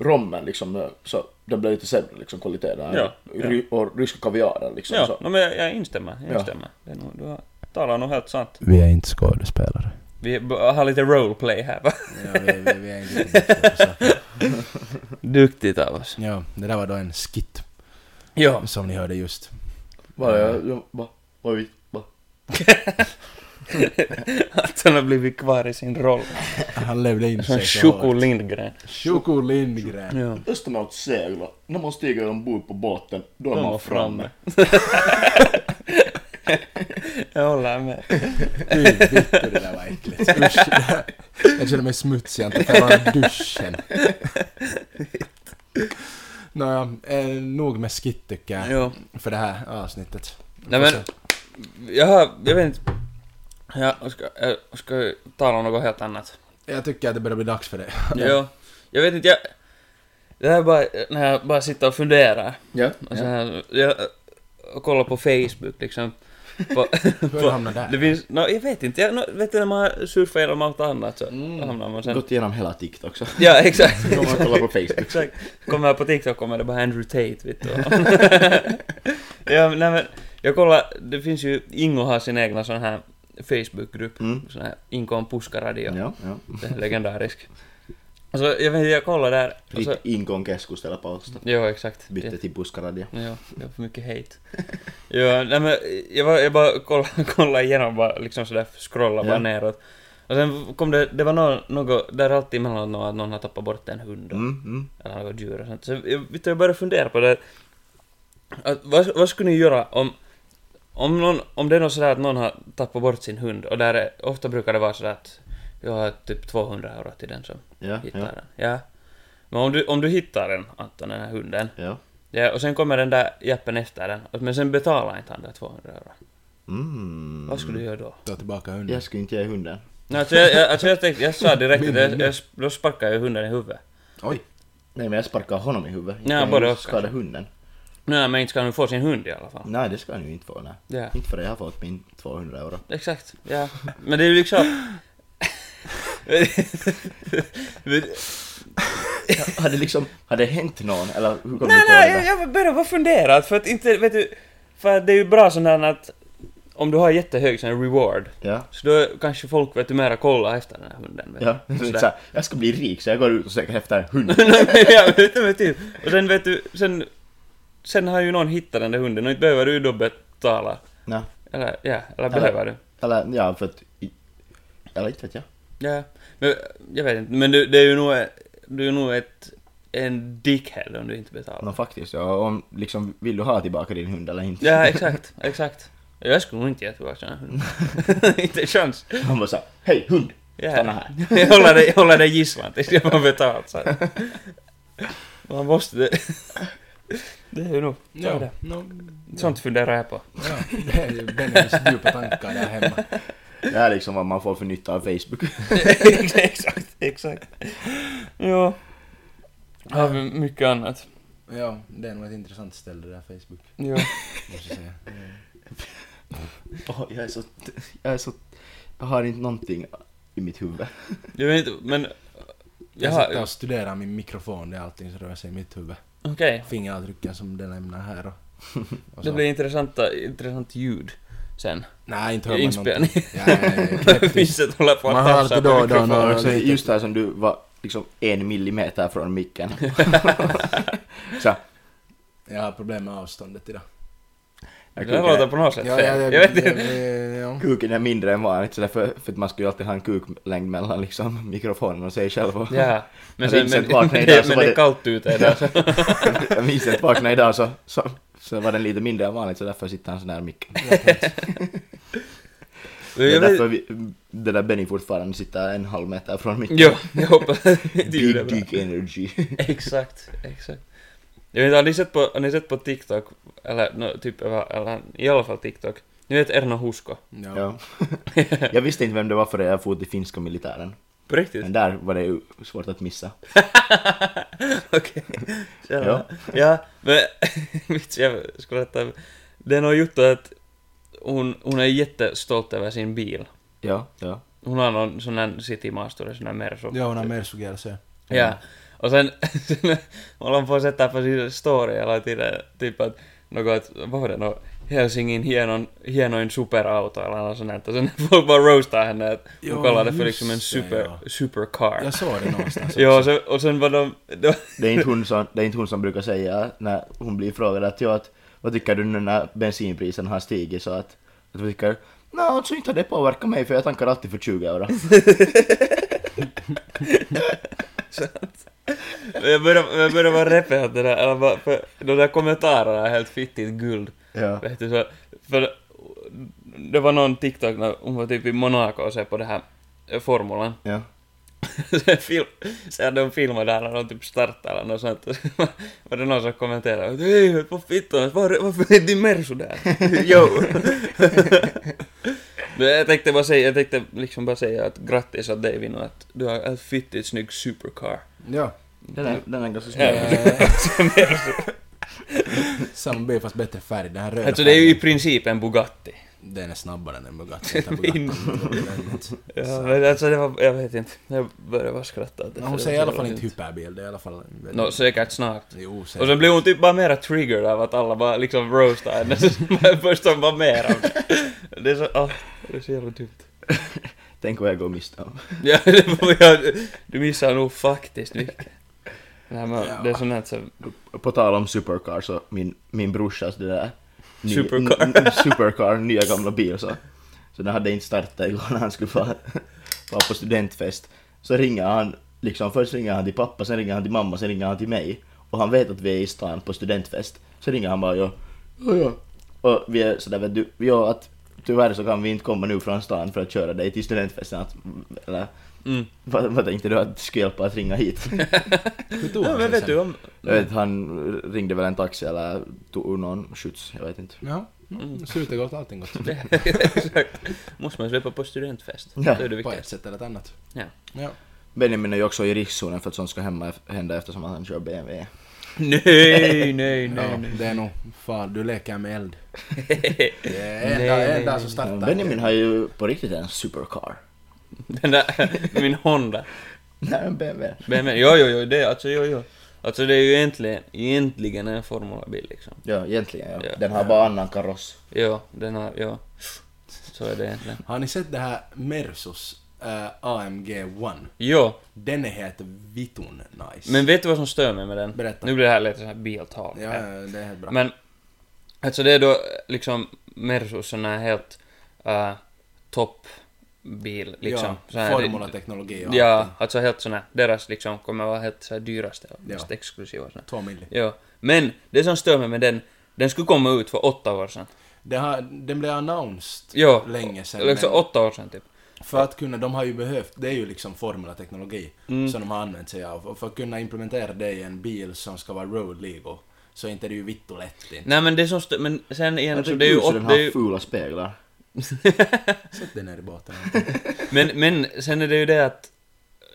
rommen liksom, eh, så den blev lite sämre liksom kvaliteten. Den här Ja, ja. ry- Och ryska kaviaren liksom. Ja, så. no, men jag, jag instämmer, jag Ja. instämmer. Det är nog, du har, talar nog helt sant. Vi är inte skådespelare. Vi b- har lite roleplay här va? Ja, vi, vi, vi är inte skådespelare. så. Duktigt av oss. Ja, det där var då en skit <laughs> Jo. som ni hörde just. Vad är jag? Va? Vad är vi? Va? Att han har blivit kvar i sin roll. Han levde in Som sig så Shoko hårt. Lindgren. Shoko Lindgren. Ja. Östernaut seglar. När man stiger ombord på båten, då är De man var framme. <laughs> framme. Jag håller med. Fy vittu, det där var äckligt. Usch, det där- Jag känner mig smutsig, jag inte bara duschen. Nåja, eh, nog med skit tycker eh, jag. Jo. För det här avsnittet. Nej men, jag har, jag vet inte. Jag ska, jag ska ju tala om något helt <laughs> annat. Jag tycker att det börjar bli dags <laughs> för det. Jo. Jag vet inte, jag... Det här är bara när jag bara sitter och funderar. Ja. Och, så här, jag, och kollar på Facebook liksom. På, Hur hamnar det det där? finns, no, jag vet inte, jag, no, vet du när man surfar genom allt annat så Mm. hamnar man sen... Gått igenom hela TikTok också. Ja, exakt. <laughs> Om man kollar på <laughs> Facebook. Exakt. Kommer jag på TikTok kommer det bara Andrew Tate, vet <laughs> du. ja, men, nej, men, jag kollar, det finns ju, Ingo har sin egna sån här Facebookgrupp, Mm. sån här Ingo on Puskaradio, Ja, ja. den är legendarisk. Alltså, jag vet inte, jag kollar där, och så, Ritt Inkon keskustella palsta. jo exakt. Bytte till buskaradio. Ja, det var för mycket hate. ja, nej men jag, var, jag bara kollade, <laughs> kollade igenom bara liksom sådär, scrollade bara Ja. neråt. Och sen kom det, det var nå- något, där alltid emellanåt något att någon har tappat bort en hund och- Mm, mm. eller något djur och sånt. Så jag, vet du, jag började fundera på det här. att vad, vad skulle ni göra om, om, någon, om det är något sådär att någon har tappat bort sin hund och där är, ofta brukar det vara sådär att jag har typ 200 euro till den som Ja, hittar ja, den. Ja. Men om du, om du hittar den, Anton, den här hunden, ja. ja, och sen kommer den där jappen efter den, och- men sen betalar inte han där 200 euro. Mm. Vad skulle du göra då? Ta tillbaka hunden. Jag skulle inte ge hunden. Nej, alltså, jag, jag, alltså jag, tänkte, jag sa direkt att jag, jag, då sparkar jag hunden i huvudet. Oj. Nej men jag sparkar honom i huvudet. Ja, Jag både kan ju och skada kanske. hunden. Nej, men inte ska han få sin hund i alla fall. Nej det ska han ju inte få nej. Ja. Inte förrän jag har fått min 200 euro. Exakt, ja. Men det är ju liksom... Men- <laughs> Hade liksom, hade det hänt någon eller hur kom nej, du på nej, det? jag, där? jag börjar bara fundera. att För att inte, vet du... För att det är ju bra sån här att om du har jättehög sån här reward, Ja. så då kanske folk vet du mera kollar efter den här hunden. Vet du. Ja, så Sådär. så här, jag ska bli rik så jag går ut och söker efter en <laughs> hund. Nej, men <laughs> ja, vet du, vet du. typ. Och sen vet du, sen... Sen har ju någon hittat den där hunden och inte behöver du ju då betala Nej. Eller, ja, eller behöver du? Eller ja, för att... Eller inte vet jag. Ja, men, jag vet inte. Men du, det är ju nog, du är nog ett, en dickhead om du inte betalar. Nå faktiskt, ja, om, liksom, vill du ha tillbaka din hund eller inte? Ja, exakt, exakt. Jag skulle nog inte ge tillbaka den här hunden. <laughs> Inte en chans. Han var såhär, hej hund! Ja. Stanna här. Jag <laughs> håller dig, jag håller dig gisslan tills jag får betalt. Så. här. Man måste... Det, det är ju nog... så är Ja, det. no, Sånt funderar jag på. ja, det är ju Benjamins djupa tankar där hemma. Det här är liksom vad man får för nytta av Facebook. <laughs> exakt, exakt. Ja. Har vi mycket annat? Ja, det är nog ett intressant ställe det där Facebook. Ja. Måste jag säga. Åh, jag är så... Jag är så... Jag har inte någonting i mitt huvud. Jag vet inte, men... Jag Jaha, sitter och studerar min mikrofon, det är allting som rör sig i mitt huvud. Okej. Fingeravtrycken som den lämnar här <laughs> och... och Det så. blir intressanta, intressant ljud sen. Nej, inte hör man Inspelning. någonting. Ja, ja, ja, <laughs> knäpptyst. Vincent håller på Man att hör tafsa alltid på då och då mikrofonen. någon- Ja, Ja, också lite. alltså, just där som du var liksom en millimeter <laughs> från micken. så, Jag har problem med avståndet idag. Det jag där låter kuken, på något sätt Ja, fel. ja, ja, Jag vet inte. ja, ja. kuken är mindre än vanligt så därför, för att man skulle ju alltid ha en kuklängd mellan liksom, mikrofonen och sig själv. Och, Ja, men, Jag sen, minns men, <laughs> ett vaknande idag det, så men var det är <laughs> det- kallt ute idag. så- jag minns att vaknade idag så, så, så var den lite mindre än vanligt så därför sitter han så nära micken. <laughs> Det är Jag vet- därför vi, det där Benny fortfarande sitter en halv meter från micken. Jo, jag hoppas att det gjorde bra. Big <laughs> Dick Energy. Exakt, exakt. Jag vet inte, har ni sett på, har ni sett på TikTok? Eller no, typ, över- eller i alla fall TikTok. Ni vet Erno Husko? Ja. ja. jag visste inte vem det var förrän jag for till finska militären. På riktigt? <laughs> Men där var det ju svårt att missa. Okej. Ja. Ja. ja, men <laughs> vits, jag skrattar. Det är nog gjort att hon, hon är jättestolt över sin bil. Ja, ja. Hon har någon sån här Citymaster, sån här Mersu. Ja, hon har mer suggerelse. Ja. Och sen, <laughs> sen håller hon på att sätta på sin story hela tiden, typ att något, att vad var det nå, no, Helsingin hienon, hienoin superauto eller något sånt där. Och <laughs> sen folk bara roastar henne att hon Joo, kallar det för just liksom en det, super, joo. supercar. Jag såg det någonstans Ja, och också. sen, no, och sen var de, de Det är, inte hon som, det är inte hon som brukar säga när hon blir frågad att, ja, att vad tycker du nu när bensinprisen har stigit så att, att vad tycker Nej, alltså inte har det påverkat mig för jag tankar alltid för 20 euro. jag började, jag började vara repig åt det där, eller bara, för de där kommentarerna är helt fittigt guld. Ja. Vet du, så, för det var någon TikTok när hon var typ i Monaco och såg på det här eh, formulan. ja. sen, film, sen de filmade där när de typ startade eller något sånt. <laughs> var det någon som kommenterade att hej, höll på fittan, var, varför är din Mersu där? <laughs> <laughs> jo! Men jag tänkte bara säga, jag tänkte liksom bara säga att grattis att Davin och att du har en fittigt snygg supercar. Ja. Den är, den är ganska snygg. Ja. <laughs> Eh, Samma bil fast bättre färg. Den här röda Alltså det är ju i färgen, princip en Bugatti. Den är snabbare än en Bugatti. <laughs> utan Bugatti. Ja, men alltså det var, jag vet inte, jag började bara skratta åt det. Men för Hon det säger i var alla så fall roligt. inte hyperbil. Det är i alla fall... Nå, säkert snart. Jo, Och sen säkert. blev hon typ bara mera triggered av att alla bara liksom roastade henne. Så <laughs> Först hon bara mera. Det är så, ah, det är så jävla dumt. Tänk vad jag går miste om. <laughs> Ja, <laughs> det var jag, du missar nog faktiskt mycket. Nej, men det är sånt här som... På tal om supercar så min, min brorsas det där ny- Supercar. n- n- supercar, nya gamla bil så. Så den hade inte startat igår när han skulle vara, vara på studentfest. Så ringer han, liksom först ringer han till pappa, sen ringer han till mamma, sen ringer han till mig. Och han vet att vi är i stan på studentfest. Så ringer han bara ja, ja, ja. Och vi är sådär vet du, ja att tyvärr så kan vi inte komma nu från stan för att köra dig till studentfesten. Att, eller, Mm. vad, vad tänkte du att det skulle hjälpa att ringa hit? Hur tog Ja, hon sig men vet sen? du om... Jag vet, han ringde väl en taxi eller tog någon skjuts, jag vet inte. Ja. Mm. Slutet gott, allting gott. <laughs> Exakt. Måste man släppa på studentfest? Ja, det är det På viktigaste. ett sätt eller ett annat. Ja. Ja. Benjamin är ju också i riskzonen för att sånt ska hemma, hända eftersom att han kör BMW. Nej, nej, nej. Ja, det är nog... Fan, du leker med eld. Det är Nej, <laughs> en dag- nej, en dag nej. som startar. Benjamin har ju på riktigt en supercar. <laughs> Den där, min Honda. Nej, en BMW. BMW, jo, jo, jo, det, alltså, jo, jo. Alltså det är ju egentligen, egentligen en formulabil liksom. Ja, egentligen ja. Ja. Den har bara annan kaross. Jo, den har, jo. Så är det egentligen. Har ni sett det här Mersus eh, AMG One? Jo, Den är helt vitun nice. men vet du vad som stör mig med den? Berätta. Nu blir det här lite så här biltal. Ja, ja, det är helt bra. Men, alltså det är då liksom Mersusarna är helt äh, toppbil liksom. Så Ja, här- formulateknologi och Ja, allting. alltså helt såna, deras liksom kommer vara helt så här dyraste och Ja. mest exklusiva såna. Två milli. Ja, men det som stör mig med den, den skulle komma ut för åtta år sedan. Den, har, den blev announced Ja, länge sedan. Liksom men åtta år sedan typ. för att kunna, de har ju behövt, det är ju liksom formulateknologi Mm. som de har använt sig av. Och för att kunna implementera det i en bil som ska vara road legal så är inte det ju vitt och lätt. inte. Nej men det som stör, men sen igen Jag så det är ju Alltså, så åtta, den det är har ju, fula speglar. Sätt dig ner i <laughs> båten. men, men sen är det ju det att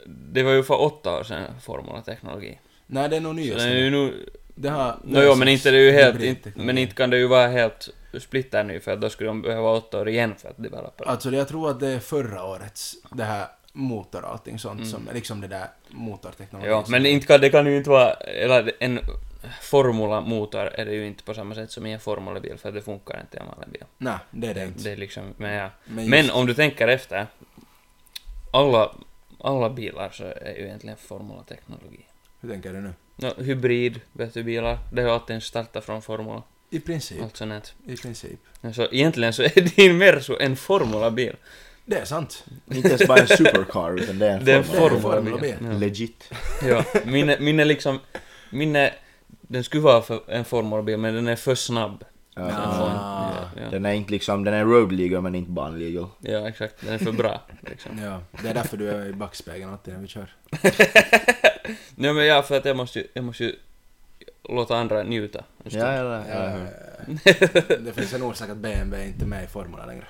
det var ju för åtta år sedan formulateknologi. Nej, det är nog Så nyast. den är ju nu, Det har... nåjo men inte det är ju helt, inte, hybridteknologi. men inte kan det ju vara helt splitterny för att då skulle de behöva åtta år igen för att developera. Alltså jag tror att det är förra årets det här motor och allting sånt som är liksom det där motorteknologin. Mm. Ja, som- men inte kan, det kan ju inte vara... Eller en formulamotor är det ju inte på samma sätt som i en formulabil, för det funkar inte i en vanlig bil. Nej, det är det inte. Det är liksom... Men, ja. Men, men om du tänker efter, alla, alla bilar så är ju egentligen formulateknologi. Hur tänker du nu? No, hybrid, vet du, bilar, det har alltid startat från formula, I princip. allt sånt här. I princip. Ja, Så egentligen så är din Merso en formulabil. Det är sant. Inte ens bara en supercar utan det är en Det är en formula- formulabil. formulabil. Ja. Legit. Ja, min är, min är liksom... Min är, den skulle vara för en formulbil, men den är för snabb. Ja. Ja. Den får en- ja, ja, Den är inte liksom, den är road legal men inte ban legal. ja, exakt. Den är för bra. Liksom. Ja, det är därför du är i backspegeln alltid när vi kör. Nej, men ja, för att jag måste ju, jag måste ju låta andra njuta. en stund. Ja, ja, ja. ja. Eh, det finns en orsak att BMW är inte med i formerna längre.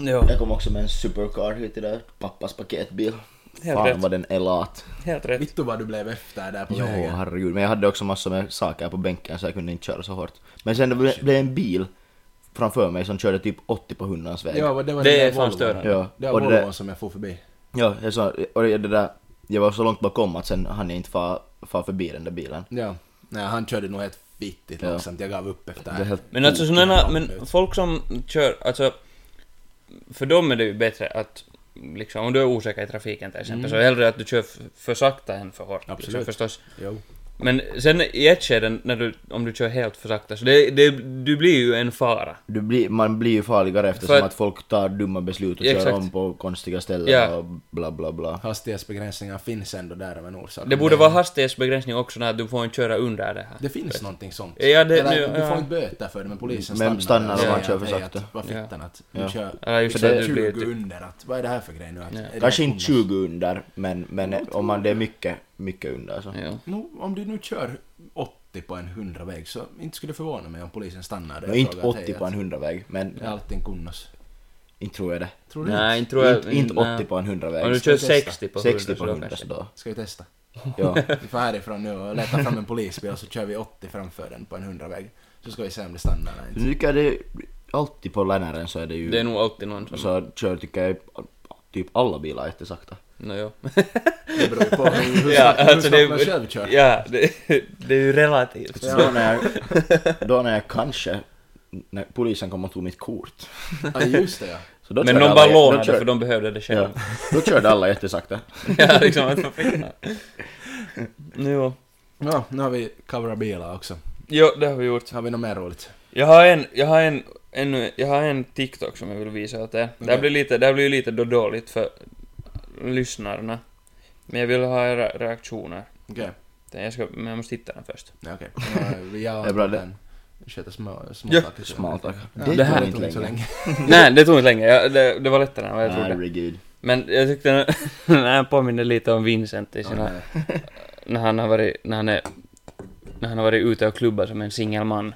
ja. Jag kom också med en supercar hit idag, pappas paketbil. Helt Fan rätt. vad den är lat. Helt rätt. Vittu vad du blev efter där på Jo, vägen. herregud. Men jag hade också massor med saker på bänken så jag kunde inte köra så hårt. Men sen det ble- blev en bil framför mig som körde typ 80 på hundans väg. Ja, det var Det den där är fan Volvon. störande. Ja, Det var och det där- Volvon som jag for förbi. Ja, jag sa, och det det där, jag var så långt bakom att sen hann jag inte fara far förbi den där bilen. Ja. Nej, han körde nog helt fittigt Ja. långsamt. Jag gav upp efter Det är helt... Men alltså sådana, men Absolut. folk som kör, alltså, för dem är det ju bättre att, liksom, om du är osäker i trafiken till exempel, Mm. så hellre att du kör f- för sakta än för hårt. Liksom, Absolut. förstås. Jo. Men sen i ett skede, när du, om du kör helt för sakta, så det, det, du blir ju en fara. Du blir, man blir ju farligare eftersom För att- att folk tar dumma beslut och Ja, kör exakt. om på konstiga ställen Ja. och bla bla bla. Hastighetsbegränsningar finns ändå där av en orsak. Det borde vara hastighetsbegränsning också, när du får inte köra under det här. Det finns någonting sånt. Ja, det- Eller, nu- du ja. får inte böter för det, men polisen Men stannar dig och om säger man kör att, för "Hej, sakta." att Vad Ja. fittan att Ja. du kör Ja, just liksom det, det 20 blir typ- under. Att, vad är det här för grej nu? Att, Ja. är det Kanske här inte hundar? 20 under, men, men om man, det är mycket, mycket under alltså. så. Ja. No, om du nu kör 80 på en 100-väg så inte skulle det förvåna mig om polisen stannar dig Men och inte frågar att, 80 "Hej, på en att- 100-väg, men Är allting kunnas? inte tror jag det. Tror du Nej, inte? inte tror jag... inte, inte 80 nej. på en 100-väg. Om du Ska kör vi testa? 60 på 100 60 på så 100 kanske. så då. Ska vi testa? <laughs> Ja. Vi får härifrån nu och leta fram en polisbil och så kör vi 80 framför den på en 100-väg. Så ska vi se om det stannar eller inte. Nu tycker jag det, alltid på länaren så är det ju... Det är nog alltid någon som... Så kör tycker jag typ alla bilar jättesakta. Nåjo. Det beror ju på hur, hur, Ja, snabbt- hur alltså det- snabbt man själv kör. Ja, det, det är ju relativt. Så Då, när jag, <laughs> då när jag kanske, när polisen kom och tog mitt kort. Ja, just det ja. Så då Men körde de alla- bara då lånade kör- för de behövde det Ja, själva. då körde alla jättesakta. <laughs> Ja, liksom att förfina. Jo. Ja, nu har vi coverat bilar också. jo, det har vi gjort. Har vi något mer roligt? Jag har en, jag har en, en, jag har en TikTok som jag vill visa åt er. Det här Okej. blir lite, det här blir lite då dåligt för lyssnarna. Men jag vill ha era reaktioner. Okej. Jag ska, men jag måste hitta den först. Ja, <laughs> okej. Ja, vi- Jag Det är bra, det- den. Vi sköter små, små Ja. saker. Smaltak. Ja, Det här tar tog inte så länge. Nej, det tog inte länge. Jag, det, det var lättare än vad jag trodde. Herregud. Men jag tyckte <laughs> den, den här påminner lite om Vincent <laughs> i Ja, sina... nej. när han har varit, när han är, när han har varit ute och klubbat som en singelman.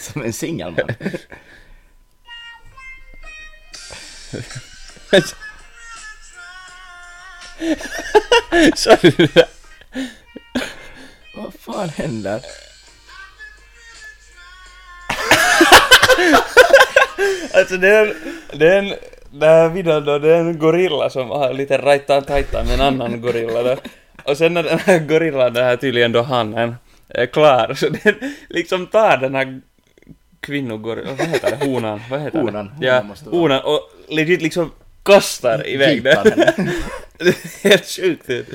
Som en singelman. Så det där. Vad fan händer? alltså det är, en- det är en, den här videon då, det är en gorilla som har lite rajtan tajtan med en annan gorilla då. Och sen när den här gorillan, den här tydligen då hannen, är klar, så den liksom tar den här kvinnogorillan, vad heter det, honan? Vad heter Honan. det? Ja, Honan måste det vara. <laughs> honan och legit liksom kastar iväg den. Helt sjukt det.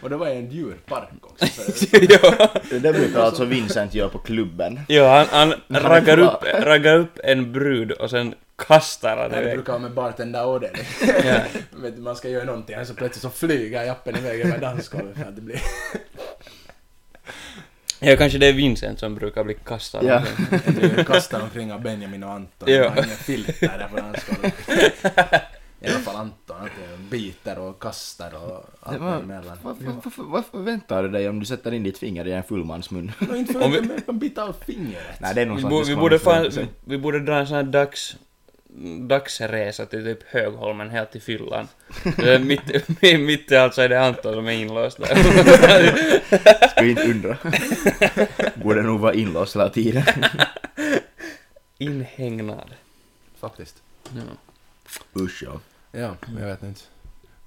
Och det var en djurpark också. <laughs> Så ja. Det där brukar alltså Vincent göra på klubben. ja, han, han raggar, upp, raggar upp en brud och sen kastar han det iväg. brukar vara med bartender och det. Ja. <laughs> Vet du, man ska göra någonting så plötsligt så flyger jappen iväg över dansgolvet för att det blir... ja, kanske det är Vincent som brukar bli kastad. Ja. Jag kastar omkring av Benjamin och Anton. Ja. Ja. Han har ingen filter där på <laughs> dansgolvet. I alla fall Anton, han biter och kastar och allt däremellan. Varför, varför, varför väntar du dig om du sätter in ditt finger i en full mans mun? Nå, Inte Om för vi- att man kan bita av fingret. <laughs> Nej, det är nog Vi, så att bo, det ska vi, man borde inte förvänta fan, sig. vi borde dra en sån här dags, dagsresa till typ Högholmen helt till <laughs> fyllan. Det är mitt, mitt i allt så är det Anton som är inlåst <laughs> där. Skulle <laughs> inte undra. Borde nog vara inlåst hela tiden. Inhägnad. Eh, Faktiskt. Ja. Usch ja. Ja, men jag vet inte.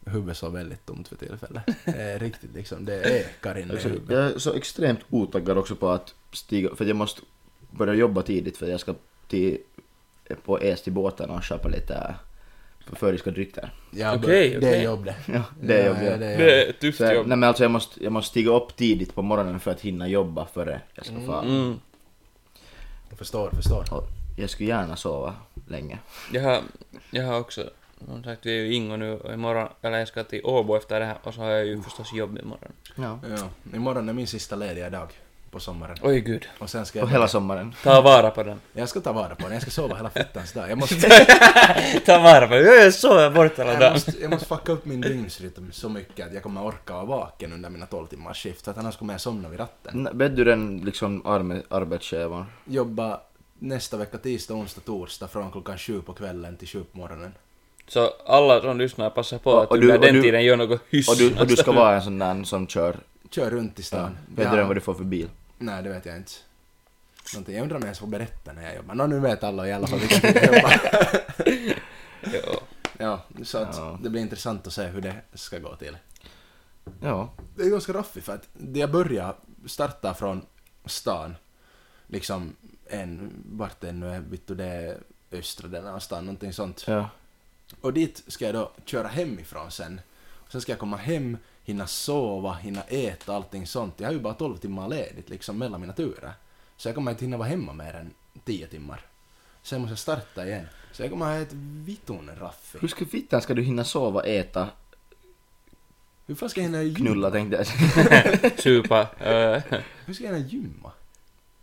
Huvudet så väldigt tomt för tillfället. Det är riktigt liksom, det ekar inne i Alltså, huvudet. Jag är så extremt otaggad också på att stiga, för jag måste börja jobba tidigt för jag ska till, på E ES till båten och köpa lite förföriska drycker. Ja, Okej, det okej. är jobb det. Ja, det är Ja, ja, jobbigt. det är Det är ett tufft Så jag, jobb. nej men alltså jag måste, jag måste stiga upp tidigt på morgonen för att hinna jobba före jag ska få... Mm. jobb. Förstår, förstår. Och jag skulle gärna sova länge. Jag har, jag har också, som sagt vi är ju i Ingo nu och imorgon, eller jag ska till Åbo efter det här och så har jag ju förstås jobb imorgon. Ja. Ja, imorgon är min sista lediga dag på sommaren. Oj gud, Och sen ska På jag... hela sommaren. ta vara på den. Jag ska ta vara på den, jag ska sova hela fittans dag. Jag måste <laughs> ta vara på den, jag sover bort hela Jag dagen. måste, jag måste fucka upp min dygnsrytm så mycket att jag kommer orka vara vaken under mina 12 timmars skift, att annars kommer jag somna vid ratten. N- Bädd du den liksom arme, arbetsscheman? Jobba nästa vecka tisdag, onsdag, torsdag från klockan 7 på kvällen till 7 på morgonen. Så alla som lyssnar passar på Och- att och under du- och den du- tiden gör något hyss. Och du, och du ska vara en sån där som kör. Kör runt i stan. Vet du än vad du får för bil? Nej, det vet jag inte. Någonting. Jag undrar om jag ens får berätta när jag jobbar. Nå, nu vet alla i alla fall vilken tid <laughs> jag jobbar. Ja. Ja, så att Ja. det blir intressant att se hur det ska gå till. Ja. det är ganska raffigt för att det jag började starta från stan, liksom en, vart det nu är, vittu det är östra delen av stan, någonting sånt. ja. Och dit ska jag då köra hemifrån sen. Och sen ska jag komma hem, hinna sova, hinna äta, allting sånt. Jag har ju bara 12 timmar ledigt liksom mellan mina turer. Så jag kommer inte hinna vara hemma mer än 10 timmar. Sen måste jag starta igen. Så jag kommer ha ett vitun Hur raffigt. ska fittan ska du hinna sova, äta, Hur fan ska jag hinna gymma? knulla tänkte jag. Supa. eh, Hur ska jag hinna <laughs> gymma? <laughs>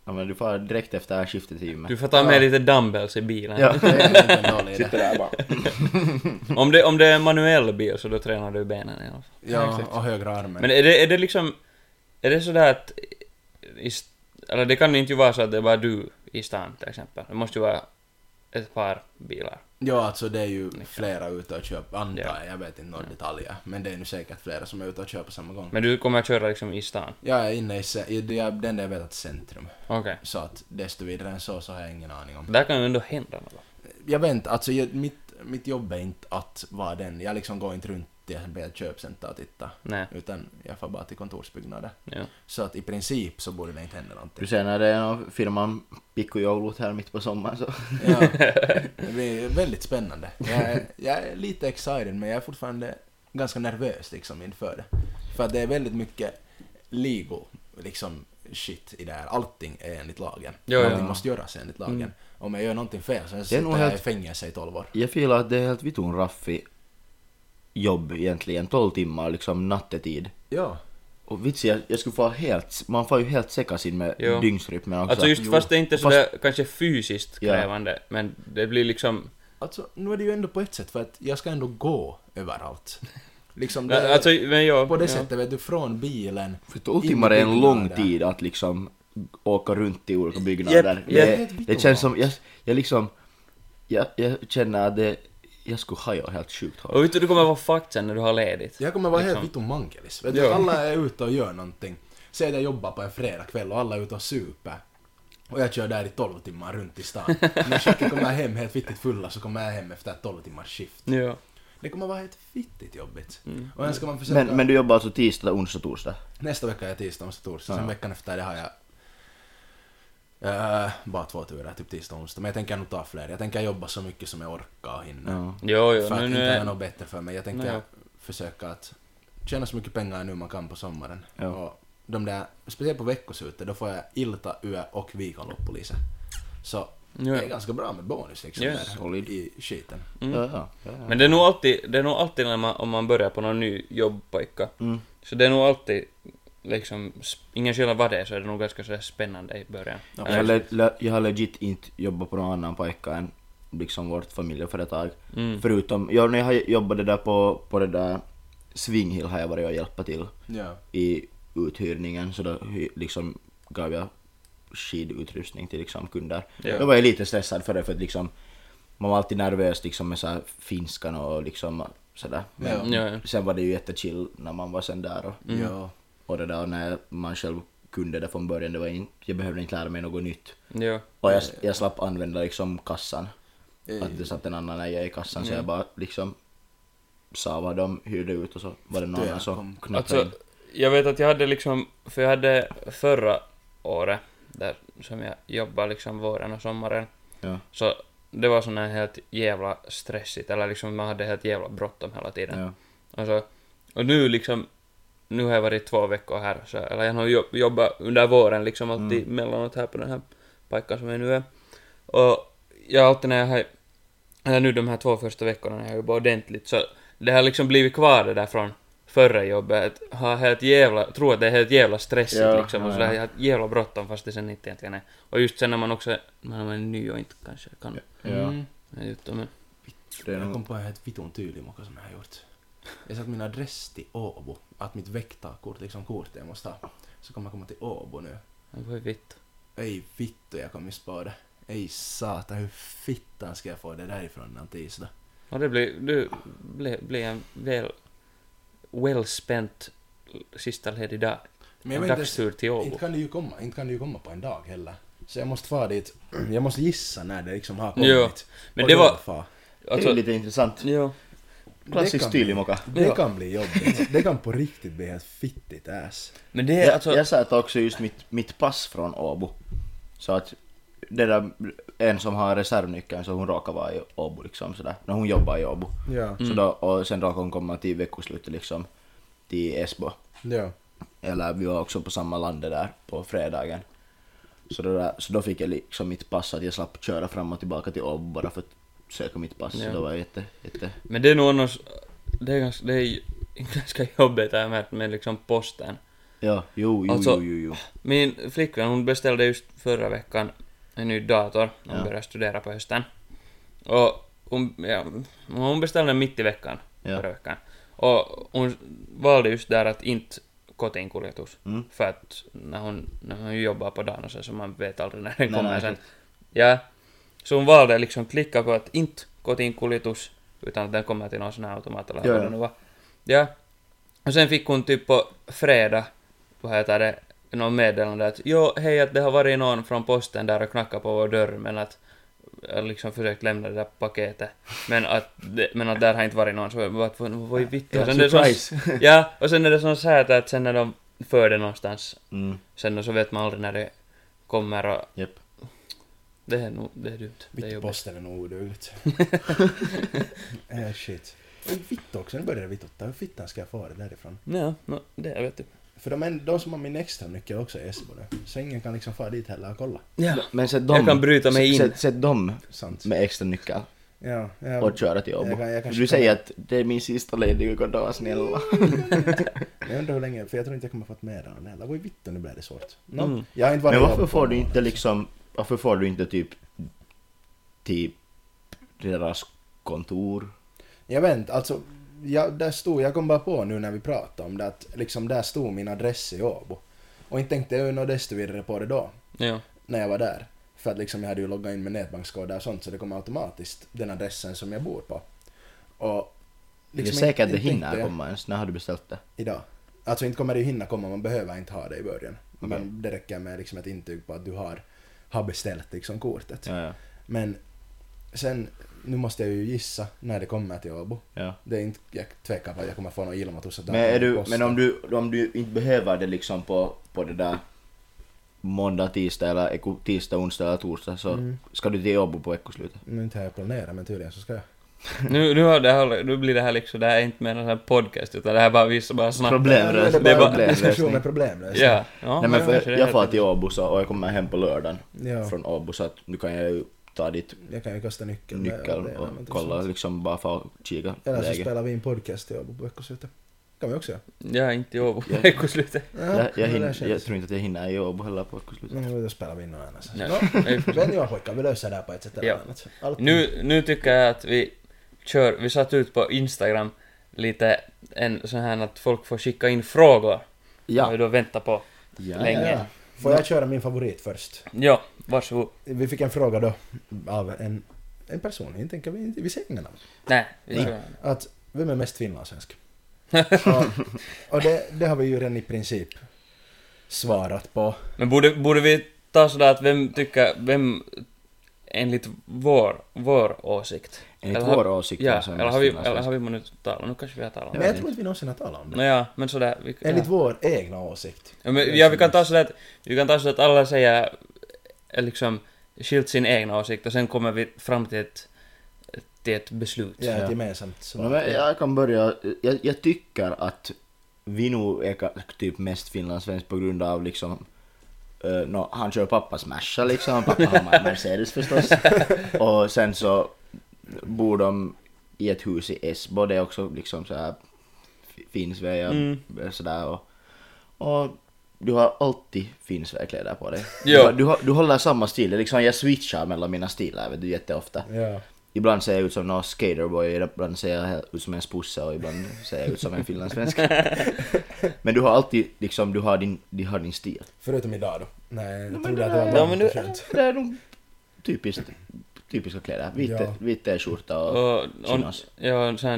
Ja men du far direkt efter det här skiftet i gymmet. Du får ta med lite dumbbells i bilen. Ja. Det är inte en dålig idé. Sitter där bara. Om, det, om det är en manuell bil så då tränar du benen i alla fall. Ja, och högra armen. Men är det, är det liksom... Är det sådär att... I, st- eller det kan inte ju vara så att det är bara du i stan till exempel. Det måste ju vara ett par bilar. Ja, alltså det är ju Liksom. flera ute och köper, antar Ja. jag, jag vet inte några detaljer. Men det är nu säkert flera som är ute och köper samma gång. Men du kommer att köra liksom i stan? Jag är inne i, ce- i det- jag- den där jag vet att centrum. Okej. Så att desto vidare än så, så har jag ingen aning om. Där kan ju ändå hända något. Jag vet inte, alltså jag, mitt, mitt jobb är inte att vara den. Jag liksom går inte runt till ett köpcenter och titta. Nej. Utan jag får bara till kontorsbyggnader. Ja. Så att i princip så borde det inte hända <laughs> någonting. Du ser när det är någon firman pikkujoulut här mitt på sommaren så. Ja, det blir väldigt spännande. Jag är, jag är lite excited men jag är fortfarande ganska nervös liksom inför det. För att det är väldigt mycket legal liksom shit i det här. Allting är enligt lagen. Jo, Allting ja. måste göras enligt lagen. Om jag gör någonting fel så sitter nog jag helt- i fängelse i 12 år. Jag filar att det är helt vitun raffi jobb egentligen. 12 timmar liksom nattetid. Ja. Och vitsen, jag, jag skulle få helt, man får ju helt säckas in med Jo. dygnsrytmen också. Alltså just fast det är inte är Fast- sådär kanske fysiskt Ja. krävande, men det blir liksom... Alltså nu är det ju ändå på ett sätt för att jag ska ändå gå <laughs> överallt. Liksom det, Alltså, men ja, på det ja. sättet vet du, från bilen. För 12 in i timmar är en lång byggnader. tid att liksom åka runt i olika byggnader. Japp, det, japp. det känns som, jag, jag liksom, jag, jag känner att det, jag skulle haja helt sjukt hårt. Och vet du, du kommer vara fucked sen när du har ledigt. Jag kommer vara helt Liksom. vittu mankelis. Vet du, Ja. alla är ute och gör någonting. Säg att jag jobbar på en fredagkväll och alla är ute och super. Och jag kör där i 12 timmar runt i stan. När Chucky kommer hem helt fittigt fulla så kommer jag hem efter ett 12 timmars skift. Ja. Det kommer vara helt fittigt jobbigt. Mm. Och sen ska man försöka... Men, men du jobbar alltså tisdag, onsdag, torsdag? Nästa vecka är jag tisdag, onsdag, torsdag. Sen veckan efter det har jag... eh, bara två turer, typ tisdag, onsdag. Men jag tänker nog ta fler. Jag tänker jobba så mycket som jag orkar och hinner. Ja. Jo, eh, jo, För att nu, inte nu är är... något bättre för mig. Jag tänker Nej. försöka att tjäna så mycket pengar nu man kan på sommaren. Ja. Och de där, speciellt på veckoslutet, då får jag ilta, yö och vikonloppulisä. Så Ja, det är ja. ganska bra med bonus liksom Ja, där solid. i skiten. Mm. Ja, ja, ja, ja. Men det är nog alltid, det är nog alltid när man, om man börjar på någon ny jobbpojka. Mm. Så det är nog alltid liksom, sp- ingen skillnad vad det är så är det nog ganska sådär spännande i början. Jag, har le, le, jag har legit inte jobbat på någon annan pojka än liksom vårt familjeföretag. Mm. Förutom, jag, när jag har jobbat det där på, på det där Swing Hill har jag varit och hjälpt till Ja. i uthyrningen så då hy- liksom gav jag skidutrustning till liksom kunder. Ja. Då var jag lite stressad för det för att liksom man var alltid nervös liksom med så här finskan och liksom sådär. Men Ja, Mm. ja. sen var det ju jättechill när man var sen där och, Ja. och det där när man själv kunde det från början, det var in, jag behövde inte lära mig något nytt. Ja. Och jag, jag slapp använda liksom kassan. Eh, Att det satt en annan ägare i kassan så Mm. jag bara liksom sa vad de hyrde ut och så var det någon Det annan som kom- knappade Alltså, in. jag vet att jag hade liksom, för jag hade förra året, där som jag jobbade liksom våren och sommaren, Ja. så det var sån här helt jävla stressigt, eller liksom man hade helt jävla bråttom hela tiden. Ja. Alltså, och nu liksom, nu har jag varit två veckor här, så, eller jag har jobb, jobbat under våren liksom alltid Mm. mellanåt här på den här pojkan som jag nu är. Och jag har alltid när jag har, eller nu de här två första veckorna när jag jobbar ordentligt, så det har liksom blivit kvar det där från förra jobbet, att ha helt jävla, tro att det är helt jävla stressigt Ja, liksom, och ja, så ja. där, jag har jävla bråttom fast det sen inte egentligen är. Och just sen när man också, när man är ny och inte kanske kan, Ja. Mm. ja. just det, men, Det är Jag nog- kom på en helt vitun tydlig mocka som jag har gjort. Jag satt min adress till Åbo, att mitt väktarkort, liksom kortet jag måste ha. Så kommer jag komma till Åbo nu. det var ju vitt. Ej vittu, jag kommer spara det. Ej satan, hur fittan ska jag få det därifrån innan tisdag? Ja, det blir, du blir, blir en väl, well spent sista ledig dag. Men jag En vet inte dagstur till ens- Åbo. inte kan det ju komma, inte kan det ju komma på en dag heller. Så jag måste fara dit, jag måste gissa när det liksom har kommit. Jo, men Och det då var- far. det Alltså, är lite intressant. jo. Klassisk kan- tyylimokka. Det kan bli jobbigt. Det kan på riktigt bli helt fittigt ass. Men det är Jag, alltså... jag sa att också just mitt, mitt pass från Åbo. Så att det där, en som har reservnyckeln så hon råkar vara i Åbo liksom sådär. När hon jobbar i Åbo. Ja, Så då, och sen råkar hon komma till veckoslutet liksom till Esbo. ja. Eller vi var också på samma lande där på fredagen. Så, det där, så då fick jag liksom mitt pass att jag slapp köra fram och tillbaka till Åbo bara för att söka mitt pass. Ja. Så det var jätte, jätte... Men det är nog annars... Det är ganska, det är ju <laughs> ganska jobbigt det här med, med liksom posten. Ja, jo, jo, Alltså- jo, jo, jo. Min flickvän hon beställde just förra veckan en ny dator. Hon Ja. började studera på hösten. Och hon, ja, hon beställde den mitt i veckan. Ja. Förra veckan. Och hon valde just där att inte kotiinkuljetus. Mm. För att när hon, när hon jobbar på dagen och så, så man vet aldrig när Nej, den kommer nej, sen. exakt. Ja. Så hon valde liksom klicka på att inte kotiinkuljetus utan att den kommer till någon sån här automat eller Ja, vad ja. det nu var. Ja. Och sen fick hon typ på fredag, vad heter det, någon meddelande att jo, hej att det har varit någon från posten där och knackat på vår dörr men att jag liksom försökt lämna det där paketet men att, det, men att där har inte varit någon så jag bara, vad, vad i vittu? Och sen är det sån- <laughs> Ja, och sen är det sån säte att sen när de för det någonstans Mm, sen så vet man aldrig när det kommer och japp. det är nog, det är dumt. Det är Vitt jobbigt. posten är nog <laughs> odugligt. eh, shit. Men vitt också, nu börjar det vittotta. Hur fittan ska jag få det därifrån? Ja, no, det vet du. För de, är, de som har min extra nyckel också är Esbo nu. Så ingen kan liksom fara dit heller och kolla. Ja. Men sätt dem, Jag kan bryta mig in. sätt, sätt dem Sant. med extra nyckel Ja, ja. och köra till Åbo. Jag kan- jag kanske du kan- säger att det är min sista lediga god dag snälla. Jag undrar hur länge, för jag tror inte jag kommer fått med den heller. Vad i vittu, nu blir det svårt. No, Mm. Jag <laughs> har inte varit Men i varför Åbo på får du en inte månad. liksom, varför får du inte typ till deras kontor? Jag vet inte, alltså. Jag, där stod, jag kom bara på nu när vi pratade om det att liksom där stod min adress i Åbo. Och inte tänkte jag något desto vidare på det då. Ja. när jag var där. För att liksom jag hade ju loggat in med nätbankskoder och sånt så det kom automatiskt den adressen som jag bor på. Och liksom det är inte- säkert det inte tänkte hinner jag komma ens, när har du beställt det? Idag. Alltså inte kommer det ju hinna komma, man behöver inte ha det i början. Okej. Men det räcker med liksom ett intyg på att du har, har beställt liksom kortet. Ja, ja. Men sen, nu måste jag ju gissa när det kommer till Åbo. ja. Det är inte, jag tvekar på att jag kommer få någon ilmatus att Men, är du, men om, du, om du inte behöver det liksom på, på det där måndag, tisdag eller Mm. eko- tisdag, onsdag eller torsdag så ska du till Åbo på veckoslutet. Nu inte har jag planerat men tydligen så ska jag. Nu, nu, har det här, nu blir det här liksom, det här är inte mer en sån här podcast utan det här är bara vi som bara snackar. det är Problemlösning. det är bara- bara diskussion Problemlösning. med problemlösning. Ja. ja Nej men kanske för det är jag helt far till Åbo så- och jag kommer hem på lördagen Ja. från Åbo så att nu kan jag ju ta dit Jag kan ju kasta nyckeln. där nyckeln det är och någonting kolla sånt. liksom bara för att kika Eller så läget. spelar vi in podcast i Åbo på veckoslutet. kan vi också göra. Ja, inte i Åbo på <laughs> Ja. veckoslutet. Ja, Jag, jag, det Mm. där hinner, jag känns- tror inte att jag hinner i Åbo heller på veckoslutet. Nej, men då spelar vi in någon annanstans. Nej. Nå, Nej, förstås. Men jag pojkar, vi löser det här på ett sätt eller Ja. annat. Allt Nu, nu tycker jag att vi kör, vi satt ut på Instagram lite en sån här att folk får skicka in frågor. Som Ja. vi då väntar på. ja. länge. Ja. Får jag köra min favorit först? Ja, varsågod. Vi fick en fråga då av en, en person, inte tänker vi, vi säger inga namn. Nej, vi Nej. kör. Att vem är mest <laughs> finlandssvensk? och och det, det har vi ju redan i princip svarat på. Men borde, borde vi ta sådär att vem tycker, vem enligt vår, vår åsikt? Enligt Eller har- vår åsikt Ja, så är eller mest har vi, finlandssvensk. eller har vi må nu talat? Nu kanske vi har talat om Men det. jag tror inte vi någonsin har talat om det. Nåja, men sådär. Vi, Enligt ja. vår egna åsikt. Ja, men, ja, vi kan ta sådär att, vi kan ta sådär att alla säger eh, liksom skilt sin egna åsikt och sen kommer vi fram till ett, till ett beslut. Ja, ett Ja. gemensamt Ja, svar. men jag kan börja. Jag, jag tycker att vi nog är ka- typ mest finlandssvensk på grund av liksom eh, nå, han kör pappas Merca liksom, pappa har <laughs> en Mercedes förstås. Och sen så bor de i ett hus i Esbo, det är också liksom så här fi- Finnsväg och Mm. sådär och, och du har alltid Finnsvägkläder på dig. Ja. Du, har- du, har- du håller samma stil, det är liksom jag switchar mellan mina stilar vet du jätteofta. Ja. Ibland ser jag ut som någon skaterboy, ibland ser jag ut som en sposse och ibland ser jag ut som <laughs> en finlandssvensk. Men du har alltid liksom, du har din, du har din stil. Förutom idag då. Nej, jag men trodde det att det var varmt där- Ja, men och du- skönt. Det är nog typiskt, typiska kläder. Vita, Ja. vita skjorta och, Och, och, chinos. ja, en sån här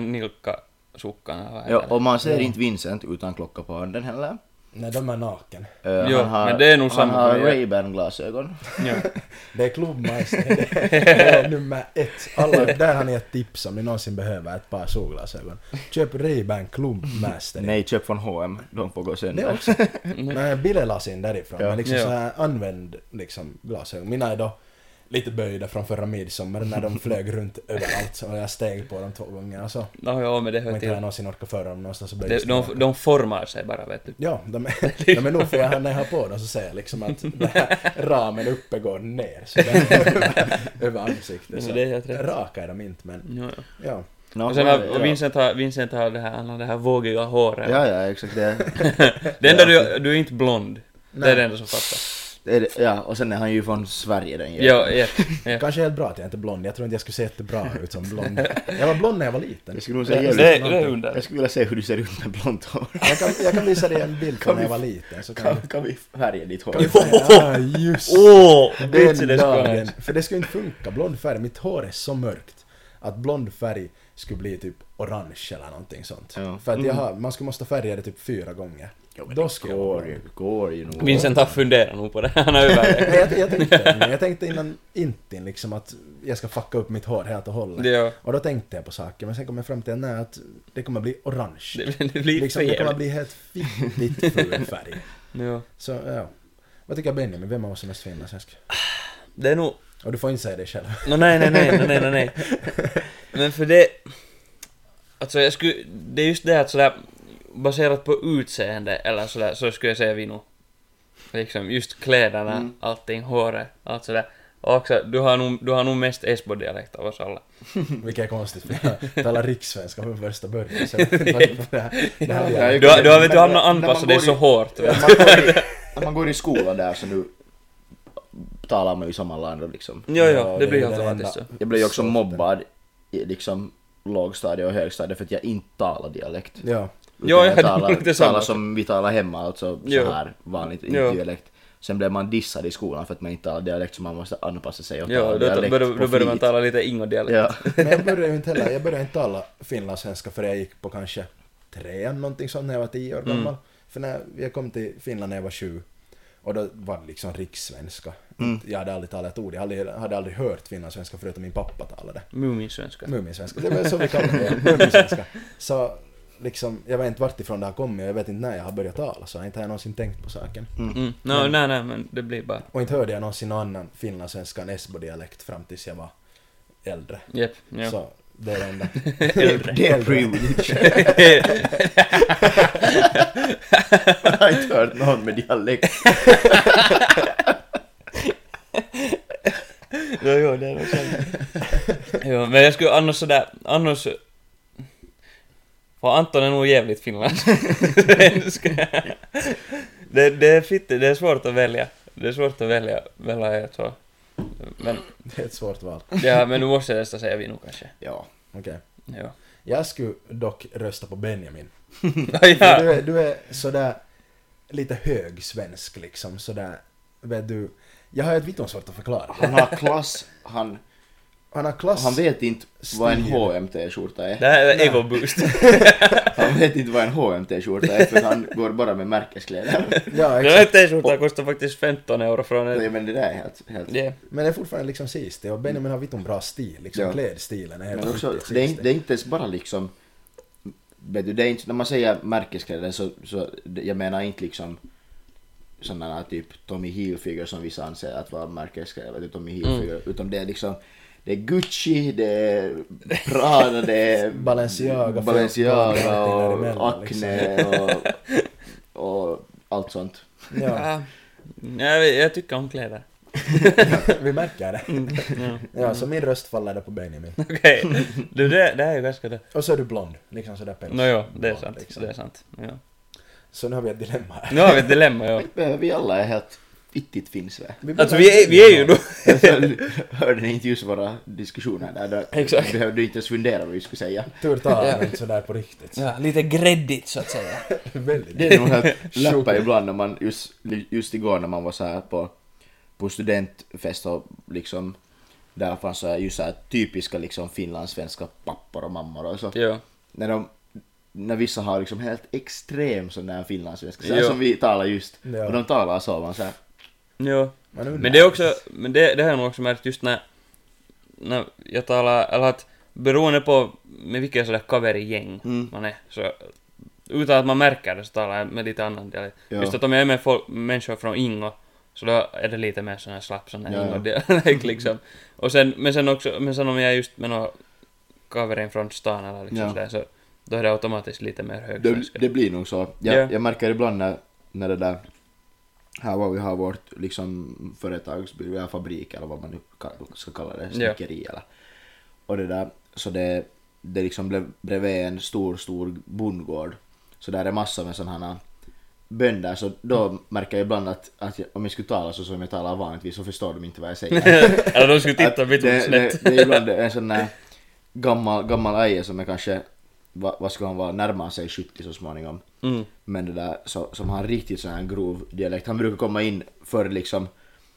nilkka-sukkan eller vad heter Ja, det? och man ser Ja. inte Vincent utan klocka på handen heller. Nej, de är naken. Eh, Jo, men det är nog han samma har för mig. Ray-Ban glasögon. Ja. Det är <laughs> klubbmajsen. Det är nummer ett. Alla, där har ni ett tips om ni någonsin behöver ett par solglasögon. Köp Ray-Ban klubbmaster. Nej, köp från H&M. De får gå Det sönder. också. <laughs> Nej, Bille las in därifrån. Ja. Men liksom Ja. så här använd liksom, glasögon. Mina är då lite böjda från förra midsommar när de flög runt överallt och jag steg på dem två gånger och så. No, ja, men det Men inte har hör jag till. någonsin orkat föra dem någonstans och De, böjdes de, tillbaka. de formar sig bara, vet du. Ja, de är, de är nog för jag, när jag har på dem så ser jag liksom att den här ramen uppe går ner så där, över ansiktet. Men Så det är helt rätt. raka är de inte men Ja, ja. ja. No, Och sen har, och Vincent har, Vincent har det här, han har det här vågiga håret. Ja, ja, exakt. Det, Det enda du, du är inte blond. Det är Nej. det enda som fattas. det är, det- ja, och sen är han ju från Sverige den jäveln. Ja, ja, ja. Kanske helt bra att jag inte är blond, jag tror inte jag skulle se jättebra ut som blond. Jag var blond när jag var liten. Jag skulle nog Det, säga det, jävligt- det är liksom under. Jag skulle vilja se hur du ser ut med blont hår. Jag kan, jag kan visa dig en bild Kan från när vi- jag var liten. Så kan <laughs> Kan, kan vi färga ditt hår? <laughs> vi... Ja, just Åh! vitsen den är så dagen. nice. För det skulle inte funka, blond färg. Mitt hår är så mörkt att blond färg skulle bli typ orange eller någonting sånt. Ja. För att Mm. jag har, man skulle måste färga det typ fyra gånger. Då skulle jag vara Går blond. ju, går ju nog. Vincent har funderat nog på det. Han har övervägt. Nej, jag, jag, tänkte, jag tänkte innan intin liksom att jag ska fucka upp mitt hår helt och hållet. Det, ja. Och då tänkte jag på saker, men sen kom jag fram till att, nej, att det kommer bli orange. det, det blir liksom, för det kommer jävligt. bli helt fittigt ful färg. Ja. Så ja. Vad tycker Benjamin, vem av oss är mest finlandssvensk? Det är nog... Och du får inte säga det själv. No, nej, nej, nej, nej, nej, nej, nej. Men för det... Alltså jag skulle... Det är just det att sådär... Baserat på utseende eller sådär så skulle jag säga Vino. Liksom just kläderna, Mm. allting, håret, allt sådär. Och också, du har nog, du har nog mest Esbo-dialekt av oss alla. Vilket är konstigt, för jag talar rikssvenska från första början. Så jag vet inte varför <laughs> det här, det här Ja, är jag- Du har, du har vet du Men- hamnat men- anpassad när dig man så går hårt. När vet man går i- När man går i skolan där så nu talar man ju som alla andra liksom. du. Jo, jo, det är blir den automatiskt så. enda- Jag blev ju också så- mobbad i liksom lågstadiet och högstadiet för att jag inte talar dialekt. Ja, Utan Ja, jag hade nog talar, det samma. talar som vi talar hemma, alltså Ja. så här vanligt, inte Ja. dialekt. Sen blev man dissad i skolan för att man inte talar dialekt så man måste anpassa sig och Jo, tala då, dialekt börjar- på då börjar man flit. tala lite Ingo-dialekt. Ja. men jag började ju inte heller, jag började inte tala finlandssvenska förrän jag gick på kanske trean någonting sånt när jag var tio år Mm. gammal. För när jag kom till Finland när jag var sju och då var det liksom rikssvenska. Mm. Jag hade aldrig talat ett ord, jag hade, hade aldrig hört finlandssvenska förutom min pappa talade. Muminsvenska. Muminsvenska, det är väl så vi kallar det, muminsvenska. Så liksom, jag vet inte vart ifrån det har kommit och jag vet inte när jag har börjat tala så inte har jag någonsin tänkt på saken. Mm. No, nej, nej, men det blir bara... Och inte hörde jag någonsin någon annan finlandssvenska än esbo-dialekt fram tills jag var äldre. <laughs> Jep, ja. Så Det är det enda. Det <laughs> är privilege. Jag har inte hört någon med dialekt. Jo, jo, det är nog sant. jo, men jag skulle annars sådär, annars... För Anton är nog jävligt finlandssvensk. <laughs> det, det är fitte, det är svårt att välja. Det är svårt att välja mellan er två. Men, Det är ett svårt val. ja, men nu måste jag nästan säga vi nog kanske. Ja. Okej. Ja. Jag skulle dock rösta på Benjamin. För Du, ja. är, du är sådär lite högsvensk liksom, sådär, vet du. Jag har ett vitt om svårt att förklara. Han har klass, han, Han har klass. han vet inte vad en Stil. HMT-skjorta är. Det här är Evo Boost. Han vet inte vad en HMT-skjorta är för han går bara <laughs> med märkeskläder. Ja, Den här exakt. t-skjortan kostar faktiskt 15 euro från Nej en... men det där är helt... helt. Yeah. Men det är fortfarande liksom sist och Benjamin har vitt om bra stil, liksom Ja. klädstilen är Men helt också, riktigt det, är, sist. inte- det är inte ens bara liksom... Vet du, det är inte, när man säger märkeskläder så, så det- jag menar inte liksom sådana här typ Tommy Hilfiger som vissa anser att vara märkeskläder, vet du, Tommy Hilfiger. Utan det är liksom, det är Gucci, det är Prada, det är Balenciaga, Balenciaga Felt- och, någonting däremellan, Acne och, och allt sånt. Ja, Ja. Jag, jag tycker om kläder. <laughs> <laughs> vi märker det. Ja. Ja, så min röst faller där på Benjamin. <laughs> Okej. Du, det, det här är ju ganska det. Och så är du blond, liksom sådär päls. Nå, jo, det är Blond, sant. liksom. Det är sant. Ja. Så nu har vi ett dilemma här. Nu har vi ett dilemma, ja. Men Vi alla är helt fittigt finnsvä. Vi Alltså behöver vi är, inte- vi är ju då... <laughs> Hörde ni inte just våra diskussioner där? där Exakt. Vi behövde inte ens fundera vad vi skulle säga. Tur tar han inte sådär på riktigt. Ja, lite gräddigt så att säga. <laughs> Väldigt. Det är nog <laughs> helt läppa ibland när man, just, just igår när man var så här på, på studentfest och liksom där fanns så här, just så här typiska liksom finlandssvenska pappor och mammor och så. Ja. När de när vissa har liksom helt extrem sån där finlandssvenska, så här Jo. som vi talar just. Ja. Och de talar så, man såhär, Jo. Man undrar. Men det är också, men det, det har jag nog också märkt just när, när jag talar, eller att beroende på med vilken sådär kaverigäng Mm. man är, så utan att man märker det så talar jag med lite annan dialekt. Ja. Just att om jag är med folk, människor från Ingo, så då är det lite mer sån här slapp sån här Ja, ja. <laughs> Ingo-dialekt liksom. Och sen, men sen också, men sen om jag är just med någon kaverin från stan eller liksom Ja. sådär, så då är det automatiskt lite mer det, högsvenska. <laughs> det blir nog så. Jag, Ja. jag märker ibland när, när det där, här var vi har vårt liksom företagsbyrå, eller fabrik eller vad man nu ka- ska kalla det, snickeri eller. Och det där, så det, det liksom blev bredvid en stor, stor bondgård. Så där är massor med sådana här bönder, så då märker jag ibland att, att jag, om jag skulle tala så som jag talar vanligtvis så förstår de inte vad jag säger. eller de skulle Att titta det, lite det, <laughs> snett. det är ibland en sån där gammal, gammal äje som är kanske, vad, vad ska han vara, närmar sig 70 så småningom. Mm. Men det där så, som har riktigt sån här grov dialekt, han brukar komma in för liksom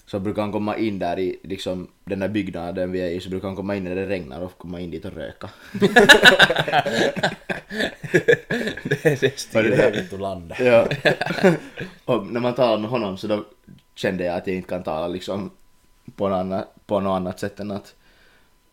så brukar han komma in där i liksom, den där byggnaden vi är i, så brukar han komma in när det regnar och komma in dit och <laughs> röka. det är det Och det Det där- är vittu landet. Ja. <laughs> Och när man talar med honom så då kände jag att jag inte kan tala liksom på något annat, på något annat sätt än att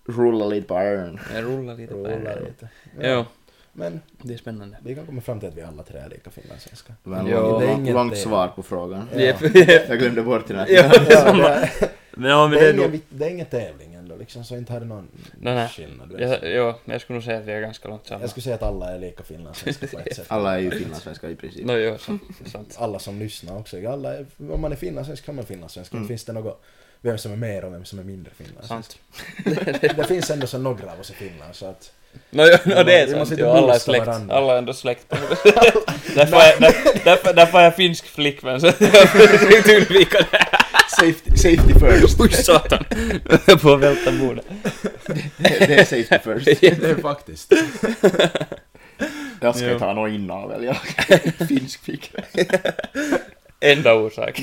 rulla lite på öronen. Jag rullar lite på Rullar här. lite. Ja. Jo, Men det är spännande. vi kan komma fram till att vi alla tre är lika finlandssvenska. Det var en Jo, lång, det är lång, inget långt det. svar på frågan. Ja. Jep, Jag glömde bort den här. Ja. Ja, det, <laughs> är, <laughs> Men ja, det, men det är är ingen, nog... vi- det är ingen tävling ändå liksom, så inte har det någon Nej, nej. skillnad. du Ja, vet. ja, jag skulle nog säga att vi är ganska långt samma. Jag skulle säga att alla är lika finlandssvenska på ett sätt. Alla är ju finlandssvenskar i princip. No, jo, sant. sant. Alla som lyssnar också. Alla är, om man är finlandssvensk kan man finlandssvenska. Inte Finns det något, vem som är mer och vem som är mindre finlandssvensk? sant. det finns ändå så några av oss i Finland så att... No, jo, no, det är Vi måste sant. inte Jo, alla är boosta släkt. varandra. Alla är ändå släkt. <laughs> därför, är, där, därför, därför är jag finsk flickvän, så <laughs> jag försökte undvika det. Safety, safety first. Oj, satan. Jag höll på att välta bordet. <laughs> Det är safety first. Det är faktiskt. Jag ska Jo. ta någon inavel, jag. <laughs> Finsk flickvän. Enda orsak.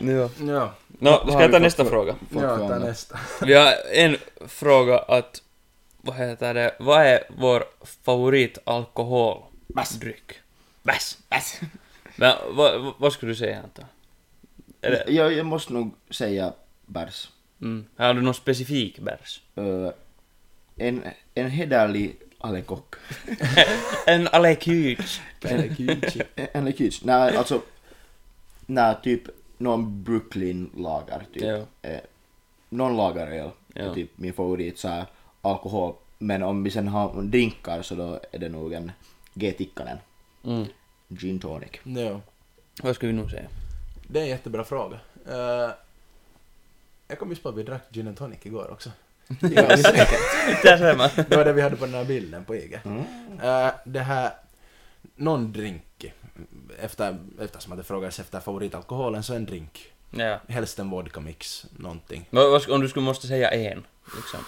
Ja. Ja, Nå, Vad ska har jag ta vi fått nästa för- fråga? Fått ja ta frågan. nästa. Vi har en fråga att... Vad heter det? Vad är vår favoritalkohol? Dryck. Bäs! Bäs! Men vad, vad- vad skulle du säga Anton? Är det, jag, jag måste nog säga bärs. mm, har du någon specifik bärs? Ö, en, en hederlig alekock. En alekyt. En <laughs> lekyts. Nej, alltså. Nej, typ någon Brooklyn lagar typ. Ja. Eh, någon lageröl Ja. är typ min favorit så här alkohol. Men om vi sen har drinkar så då är det nog en G-tikkanen. Mm. Gin tonic. Jo. Vad skulle vi nog säga? Det är en jättebra fråga. Eh, jag kom just på att vi drack gin and tonic igår också. Där ser man. Det var det vi hade på den här bilden på IG. Mm. Eh, det här, någon drink. Efter, eftersom att det frågades efter favoritalkoholen så en drink. Ja. Helst en vodka mix, någonting. Vad, vad, sk- om du skulle måste säga en, liksom.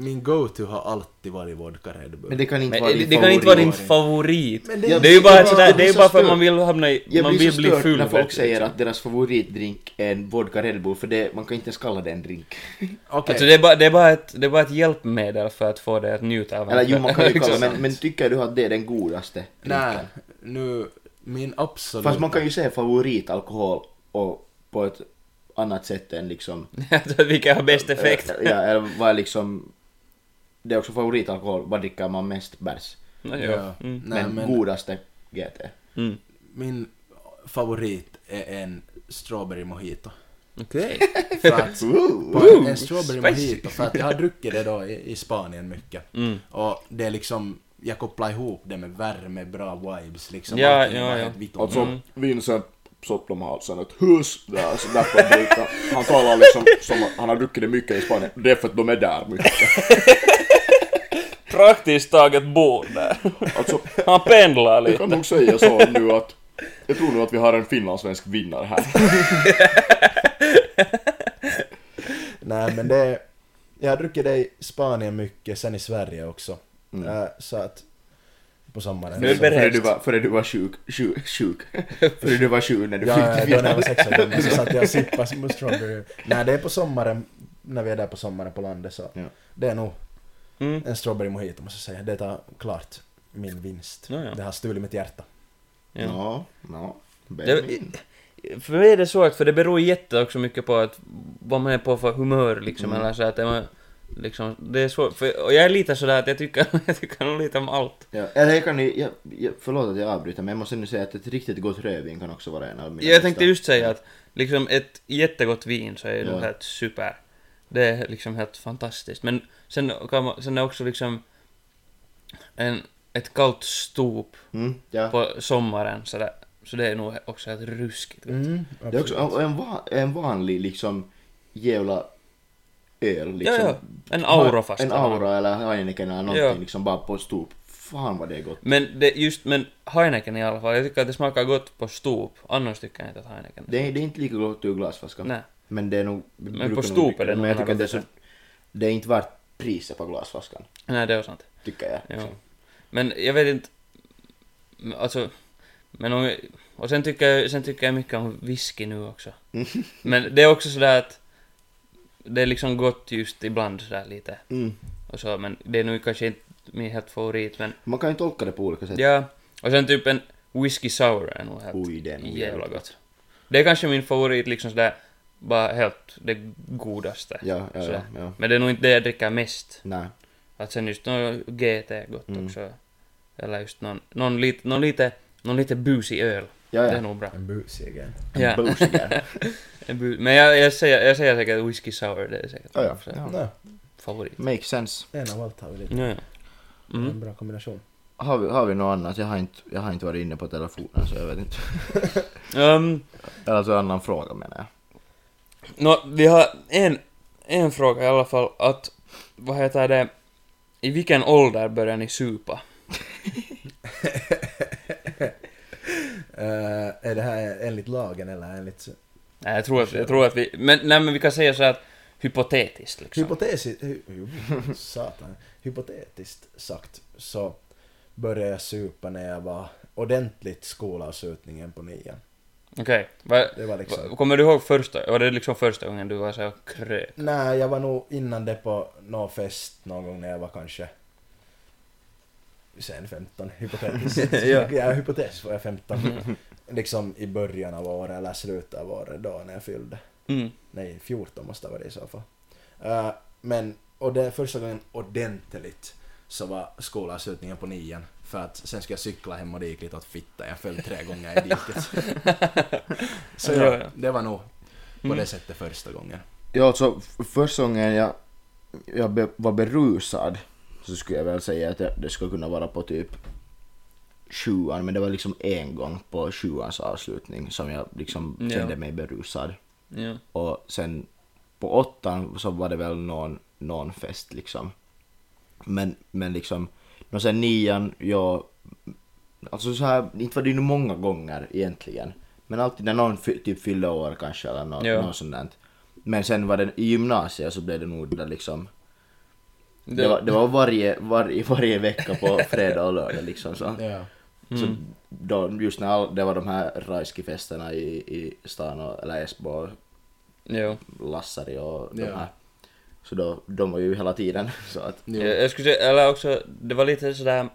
Min go-to har alltid varit vodka Red Bull. Men det kan inte Men vara det, din det kan inte vara din favorit. favorit. Men det, det- är ju bara, jag ett sådär, blir det är ju så bara för att störd. man vill hamna i... Jag man blir vill så bli störd full. när vet folk du, säger liksom. att deras favoritdrink är en vodka Red Bull för det, man kan inte ens kalla det en <laughs> drink. Okej, Alltså det är, bara, det, är bara ett, det är bara ett hjälpmedel för att få dig att njuta av en Eller jo, man kan <laughs> ju Liksom. kalla men, men tycker du att det är den godaste drinken? nej. Nu, min absolut... Fast man kan ju säga favoritalkohol och på ett annat sätt än liksom... eh, Alltså, Vilka har bäst effekt? Ja, eller vad är liksom... Det är också favoritalkohol, vad dricker man mest bärs? Ja, Ja. Mm. Nej, men, men- godaste GT. Mm. Min favorit är en strawberry mojito. Okej. <laughs> För att, Ooh. på en, en strawberry spicy. mojito, för att jag har druckit det då i, i Spanien mycket. Mm. Och det är liksom, jag kopplar ihop det med värme, bra vibes liksom. Ja, Allting ja, bara ja. helt vitt. Alltså Vincent Sopplom har sen ett hus där, så där får han dricka. Han talar liksom som att han har druckit det mycket i Spanien. Det är för att de är där mycket. Praktiskt taget bor där. Alltså, Han pendlar jag lite. kan nog säga så nu att jag tror nog att vi har en finlandssvensk vinnare här. Nej men det... Jag har druckit det i Spanien mycket, sen i Sverige också. Mm. Äh, så att... På sommaren. Nu är det Så- beredd. Före du var, före du var sjuk, sjuk, sjuk. Före du var sjuk när du Ja, flyttade ja, då när jag var vidare. sex år gammal så satt jag och sippade som <laughs> strawberry. Nej, det är på sommaren, när vi är där på sommaren på landet så Ja. det är nog Mm. en strawberry mojito måste jag säga. Det tar klart min vinst. Ja, ja. Det har stulit mitt hjärta. Ja. Ja, ja. Det, Benjamin. för mig är det svårt, för det beror jätte också mycket på att vad man är på för humör liksom, eller så att är man, liksom, det är svårt. För, och jag är lite sådär att jag tycker, <laughs> jag tycker nog lite om allt. Ja, eller jag kan ju, jag, jag, förlåt att jag avbryter men jag måste nu säga att ett riktigt gott rödvin kan också vara en av mina Jag tänkte bästa. just säga att liksom ett jättegott vin så är det Ja. helt super. Det är liksom helt fantastiskt. Men sen, kan man, sen är också liksom en, ett kallt stop Mm, ja. på sommaren sådär. Så det är nog också helt ruskigt gott. Mm, Det är också en, va, en vanlig liksom jävla öl liksom. ja, ja. En aura fast. En aura eller Heineken eller någonting Ja. liksom bara på stop. Fan vad det är gott. Men det, just, men Heineken i alla fall, jag tycker att det smakar gott på stop. Annars tycker jag inte att Heineken Det är, det är inte lika gott ur glasflaska. Nej. Men det är nog... vi brukar på nog stop dricka är det Men jag nog tycker att det är så... annorlunda. Det är inte värt priset på glasflaskan. Nej, det är sant. Tycker jag. Jo. Men jag vet inte... men Alltså... Men om jag, Och sen tycker, jag, sen tycker jag mycket om whisky nu också. Men det är också sådär att... Det är liksom gott just ibland sådär lite. Mm. Och så, men det är nog kanske inte min helt favorit, men... Man kan ju tolka det på olika sätt. Ja. Och sen typ en whisky sour är nog helt Oj, det är nog jävla gott. Det är kanske min favorit liksom sådär... Bara helt det godaste. Ja, ja, ja, Sådär. ja. Men det är nog inte det jag dricker mest. Nej. Att sen just någon GT är gott Mm. också. Eller just någon, någon, lit, någon, lite, någon lite busig öl. Ja, Det är ja. nog bra. En busig igen. Ja. Bosiger. <laughs> En bu- Men jag, jag, säger, jag säger säkert whisky sour, det är säkert Ja, min ja. så- Ja. Nej, favorit. Makes sense. en av allt har vi lite. Ja, Det ja. är Mm. En bra kombination. Har vi, har vi något annat? Jag har, inte, jag har inte varit inne på telefonen så jag vet inte. Ehm, Alltså en annan fråga menar jag. nå, vi har en, en fråga i alla fall att, vad heter det, i vilken ålder börjar ni supa? Eh, är det här enligt lagen eller enligt... Nej, jag tror att, jag tror att vi, men, nej, men vi kan säga så här att hypotetiskt liksom. Hypotetiskt... hy- <laughs> jo, Satan. Hypotetiskt sagt så började jag supa när jag var ordentligt skolavslutningen på nian. Okej, vad- Det var liksom... vad- kommer du ihåg första, var det liksom första gången du var så här kröp? Nej, jag var nog innan det på någon fest någon gång när jag var kanske sen 15, hypotetiskt. <laughs> Ja. ja. ja, hypotetiskt var jag 15. liksom i början av året eller slutet av året då när jag fyllde. Mm. Nej, 14 måste det ha varit i så fall. Eh, men, och det första gången ordentligt så var skolavslutningen på nian. För att sen ska jag cykla hem och det gick lite åt fitta. Jag föll tre gånger i <laughs> diket. så Ja, ja. ja, det var nog på Mm. det sättet första gången. Ja, alltså f- första gången jag jag be, var berusad så skulle jag väl säga att jag, det skulle kunna vara på typ sjuan, men det var liksom en gång på sjuans avslutning som jag liksom Ja. kände mig berusad. Ja. Och sen på åttan så var det väl någon, någon fest liksom. Men, men liksom, och sen nian, jag... Alltså så här, inte var det ju många gånger egentligen. Men alltid när någon fy, typ fyllde år kanske eller något, Ja. något sånt där. Men sen var det i gymnasiet så blev det nog det där liksom... Det- Det, var, det var varje, varje, varje vecka på fredag och lördag liksom så. Ja. Så då, just när all, det var de här Raiski-festerna i, i stan, och, eller Esbo och Jo. Lassari och de Ja. här. Så då, de var ju hela tiden <laughs> så att... Jo. Jag, jag skulle säga, eller också, det var lite sådär...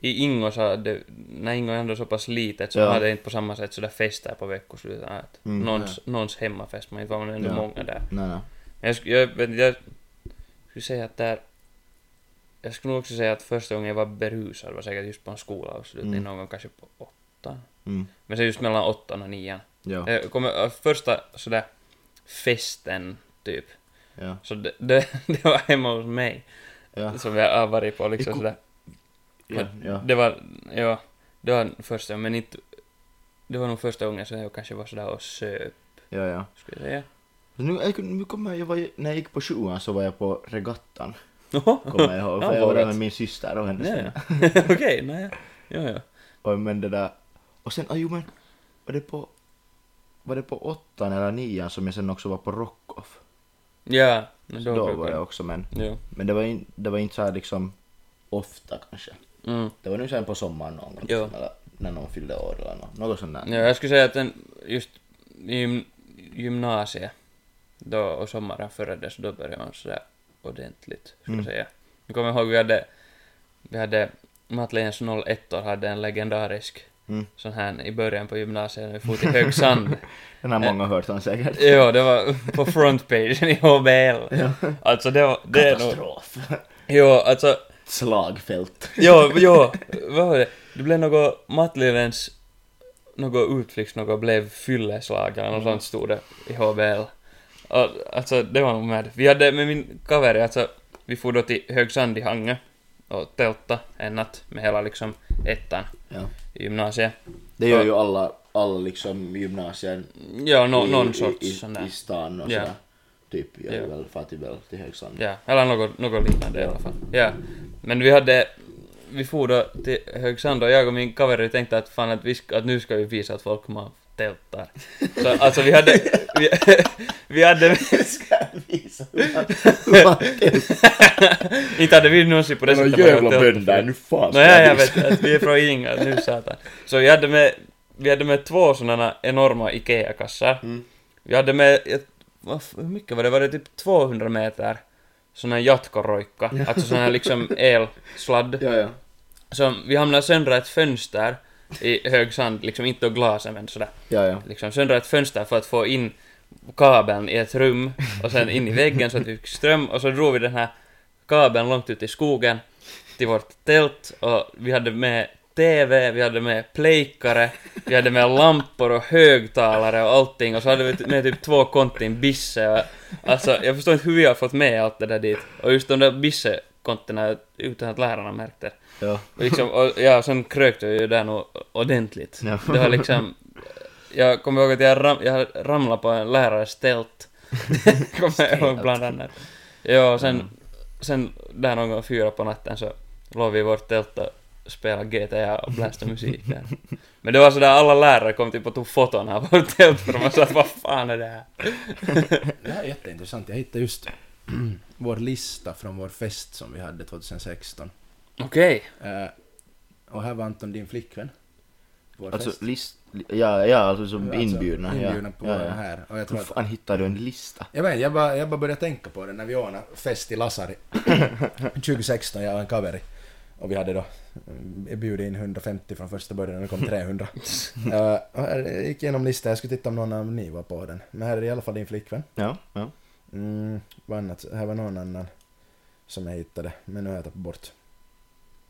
I Ingo så, det, när Ingo är ändå så pass litet så Ja. hade inte på samma sätt sådär fester på veckoslutet. Att Mm. någons, någons hemmafest, men det var man ändå Ja. många där. Nej, nej. Men jag, sk- jag, vet inte, jag skulle säga att där... Jag skulle nog också säga att första gången jag var berusad var säkert just på en skolavslutning, Mm. någon gång kanske på åttan. Mm. Men sen just mellan åttan och nian. Ja, Jag kommer, äh, första sådär festen, typ. ja, Så det, det, <laughs> det var hemma hos mig, ja. som jag har varit på liksom Ko- sådär. ja, ja. Det var, ja, det var den första, men inte... Det var nog första gången som jag kanske var sådär och söp, ja, ja. skulle jag säga. Nu, jag, nu kommer jag, jag var, ju- när jag gick på sjuan så var jag på regattan, Oho. kommer <laughs> jag ihåg. Ja, För jag var där vågat. med min syster och hennes Ja, <laughs> vänner. ja. Okej, nej. Ja, ja. Och men det där... Och sen, ah, jo men, var det på... Var det på åttan eller nian som jag sen också var på Rockoff? Ja, men Då, då, då brukar var jag också men, Jo. men det var, in, det var inte så här liksom ofta kanske. Mm. Det var nu sen på sommaren någon gång. Ja. liksom, Eller när någon fyllde år eller något, något sånt där. Ja, jag skulle säga att den, just i gym, gymnasiet då och sommaren före det så då började man sådär ordentligt, skulle Mm. jag säga. Jag kommer ihåg vi hade, vi hade Matlejens 01 hade en legendarisk Mm. sån här i början på gymnasiet när vi for till <laughs> Högsand. Den har Eh, många hört om säkert. jo, det var på frontpagen i HBL. Alltså det var... Det är nog, Katastrof. jo, alltså... Slagfält. Jo, jo, vad var det? Det blev något Mattlivens något utflykt, något blev fylleslag eller något Mm. sånt stod det i HBL. Och, alltså det var nog med. Vi hade med min kaveri, alltså vi for då till Högsand i Hangö och tälta en natt med hela liksom ettan Ja. i gymnasiet. Det gör ju alla, alla liksom gymnasier Ja, no, i, någon i, sorts sån i, i där. stan och Ja. sådär. Typ, jag Ja. är väl fattig väl till Högsand. <laughs> Ja, eller något, något liknande i alla fall. Ja. Men vi hade, vi for då till Högsand och jag och min kaveri tänkte att fan att, vi, ska- att nu ska vi visa att folk man tältar. Så alltså vi hade, vi, <laughs> vi hade, Ska jag visa hur man tältar? inte hade vi någonsin på det Några sättet varit jävla och tältat bönder, förut. nu alltså. fan No, ja, jag vet att vi är från Inga, nu satan. Så vi hade med, vi hade med två sådana enorma IKEA-kassar. Mm. Vi hade med, ett- vad f- hur mycket var det? Var det typ 200 meter sån här jatkoroikka, alltså sån här liksom elsladd. Ja, ja. som, vi hamnade söndra ett fönster i Högsand, liksom inte då glasen men sådär, Ja, ja. liksom söndra ett fönster för att få in kabeln i ett rum och sen in i väggen så att vi fick ström och så drog vi den här kabeln långt ut i skogen till vårt tält och vi hade med TV, vi hade med plejkare, vi hade med lampor och högtalare och allting och så hade vi ty- med typ två kontin bisse och alltså jag förstår inte hur vi har fått med allt det där dit och just de där bissekontina utan att lärarna märkte ja. och Liksom, och, ja, sen krökte jag ju där nog ordentligt. Ja. Det var liksom... Jag kommer ihåg att jag, ram, jag ramlade på en lärares tält. kommer jag ihåg bland annat. Ja, och sen, sen där någon gång fyra på natten så låg vi i vårt tält och spelade GTA och bläste musik där. Men det var sådär, alla lärare kom typ och tog foton här på vårt tält för de var såhär, vad fan är det här? Det här är jätteintressant. Jag hittade just <clears throat> vår lista från vår fest som vi hade 2016. Okej. Eh, och här var Anton, din flickvän. Vår fest. Alltså list... Ja, ja, alltså som Alltså, inbjudna. Inbjudna ja. på ja, den ja. här. Och jag Hur tror att, fan hittar du en lista? jag, vet, jag, bara, jag bara började tänka på det när vi ordnade fest i Lasari <coughs> 2016, jag och en kaveri. Och vi hade då eh, bjudit in 150 från första början och det kom <laughs> 300. Eh, och här- jag gick igenom listan, jag skulle titta om någon av ni var på den. Men här är i alla fall din flickvän. Ja, ja. Mm, vad annat? Här var någon annan som jag hittade, men nu har jag tappat bort.